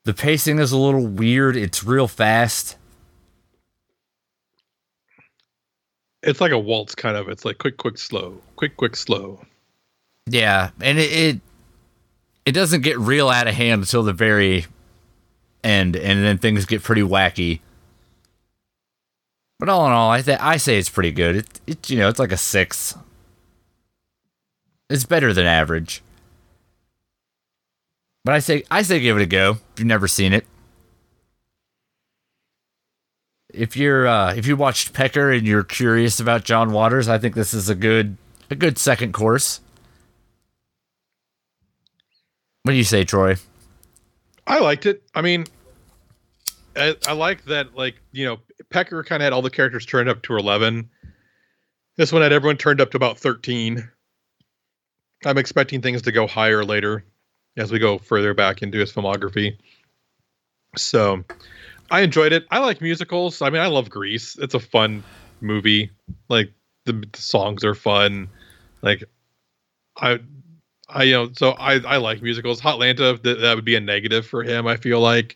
Speaker 1: The pacing is a little weird. It's real fast.
Speaker 2: It's like a waltz kind of. It's like quick, quick, slow, quick, quick, slow.
Speaker 1: Yeah, and it, it it doesn't get real out of hand until the very end, and then things get pretty wacky. But all in all, I th- I say it's pretty good. It, it you know it's like a six. It's better than average. But I say I say give it a go. If you've never seen it, if you're uh, if you watched Pecker and you're curious about John Waters, I think this is a good a good second course. What do you say, Troy?
Speaker 2: I liked it. I mean, I, I like that. Like you know, Pecker kind of had all the characters turned up to eleven. This one had everyone turned up to about thirteen. I'm expecting things to go higher later, as we go further back into his filmography. So, I enjoyed it. I like musicals. I mean, I love Grease. It's a fun movie. Like the, the songs are fun. Like, I I you know so I I like musicals. Hotlanta th- that would be a negative for him. I feel like,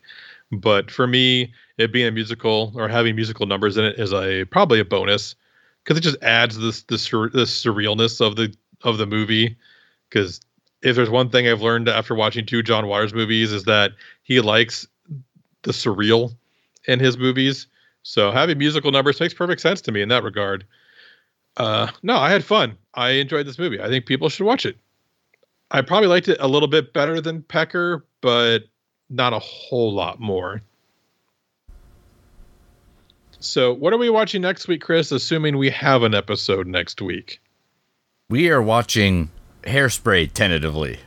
Speaker 2: but for me, it being a musical or having musical numbers in it is a probably a bonus because it just adds this this sur- the surrealness of the of the movie. Because if there's one thing I've learned after watching two John Waters movies is that he likes the surreal in his movies. So having musical numbers makes perfect sense to me in that regard. Uh, no, I had fun. I enjoyed this movie. I think people should watch it. I probably liked it a little bit better than Pecker, but not a whole lot more. So, what are we watching next week, Chris? Assuming we have an episode next week.
Speaker 1: We are watching Hairspray tentatively.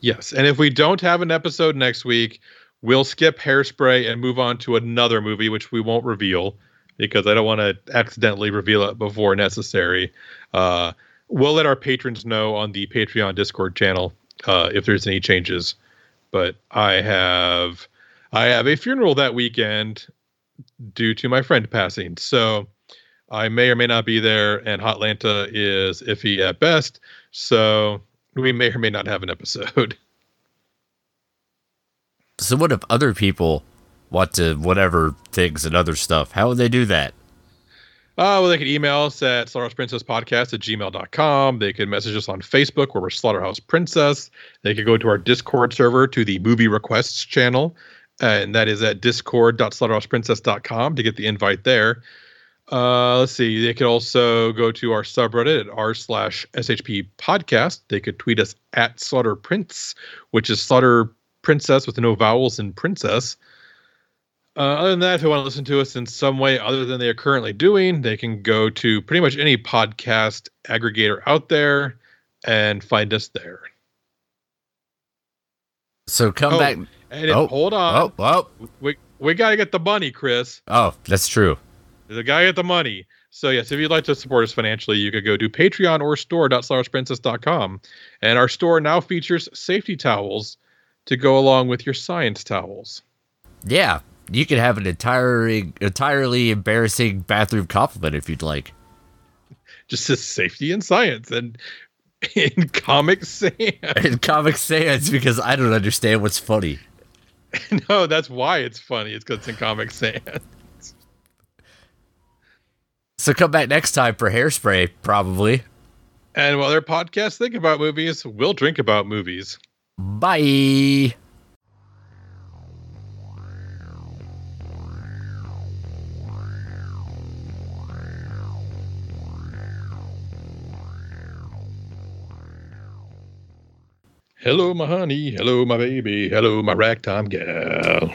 Speaker 2: Yes. And if we don't have an episode next week, we'll skip Hairspray and move on to another movie, which we won't reveal because I don't want to accidentally reveal it before necessary. Uh, we'll let our patrons know on the Patreon Discord channel uh, if there's any changes. But I have I have a funeral that weekend due to my friend passing, so I may or may not be there. And Hotlanta is iffy at best, so we may or may not have an episode.
Speaker 1: So what if other people want to whatever things and other stuff? How would they do that?
Speaker 2: Uh, well, they can email us at slaughterhouseprincesspodcast at gmail.com. They can message us on Facebook where we're Slaughterhouse Princess. They can go to our Discord server to the movie requests channel, and that is at discord.slaughterhouseprincess.com to get the invite there. Uh, let's see. They could also go to our subreddit at r slash SHP podcast. They could tweet us at Slaughter Prince, which is Slaughter Princess with no vowels in princess. Uh, other than that, if they want to listen to us in some way other than they are currently doing, they can go to pretty much any podcast aggregator out there and find us there.
Speaker 1: So come
Speaker 2: Oh, uh,
Speaker 1: back.
Speaker 2: And if-
Speaker 1: Oh,
Speaker 2: hold on,
Speaker 1: Oh, oh,
Speaker 2: we we gotta get the money, Chris.
Speaker 1: oh, that's true.
Speaker 2: The guy get the money. So yes, if you'd like to support us financially, you could go to Patreon or store.slarsprincess.com. And our store now features safety towels to go along with your science towels.
Speaker 1: Yeah, you could have an entirely entirely embarrassing bathroom compliment if you'd like.
Speaker 2: Just says safety and science and in comic sans.
Speaker 1: In Comic Sans, because I don't understand what's funny.
Speaker 2: No, that's why it's funny. It's because it's in Comic Sans.
Speaker 1: So come back next time for hairspray, probably.
Speaker 2: And while their podcasts think about movies, we'll drink about movies.
Speaker 1: Bye.
Speaker 2: Hello, my honey. Hello, my baby. Hello, my ragtime gal.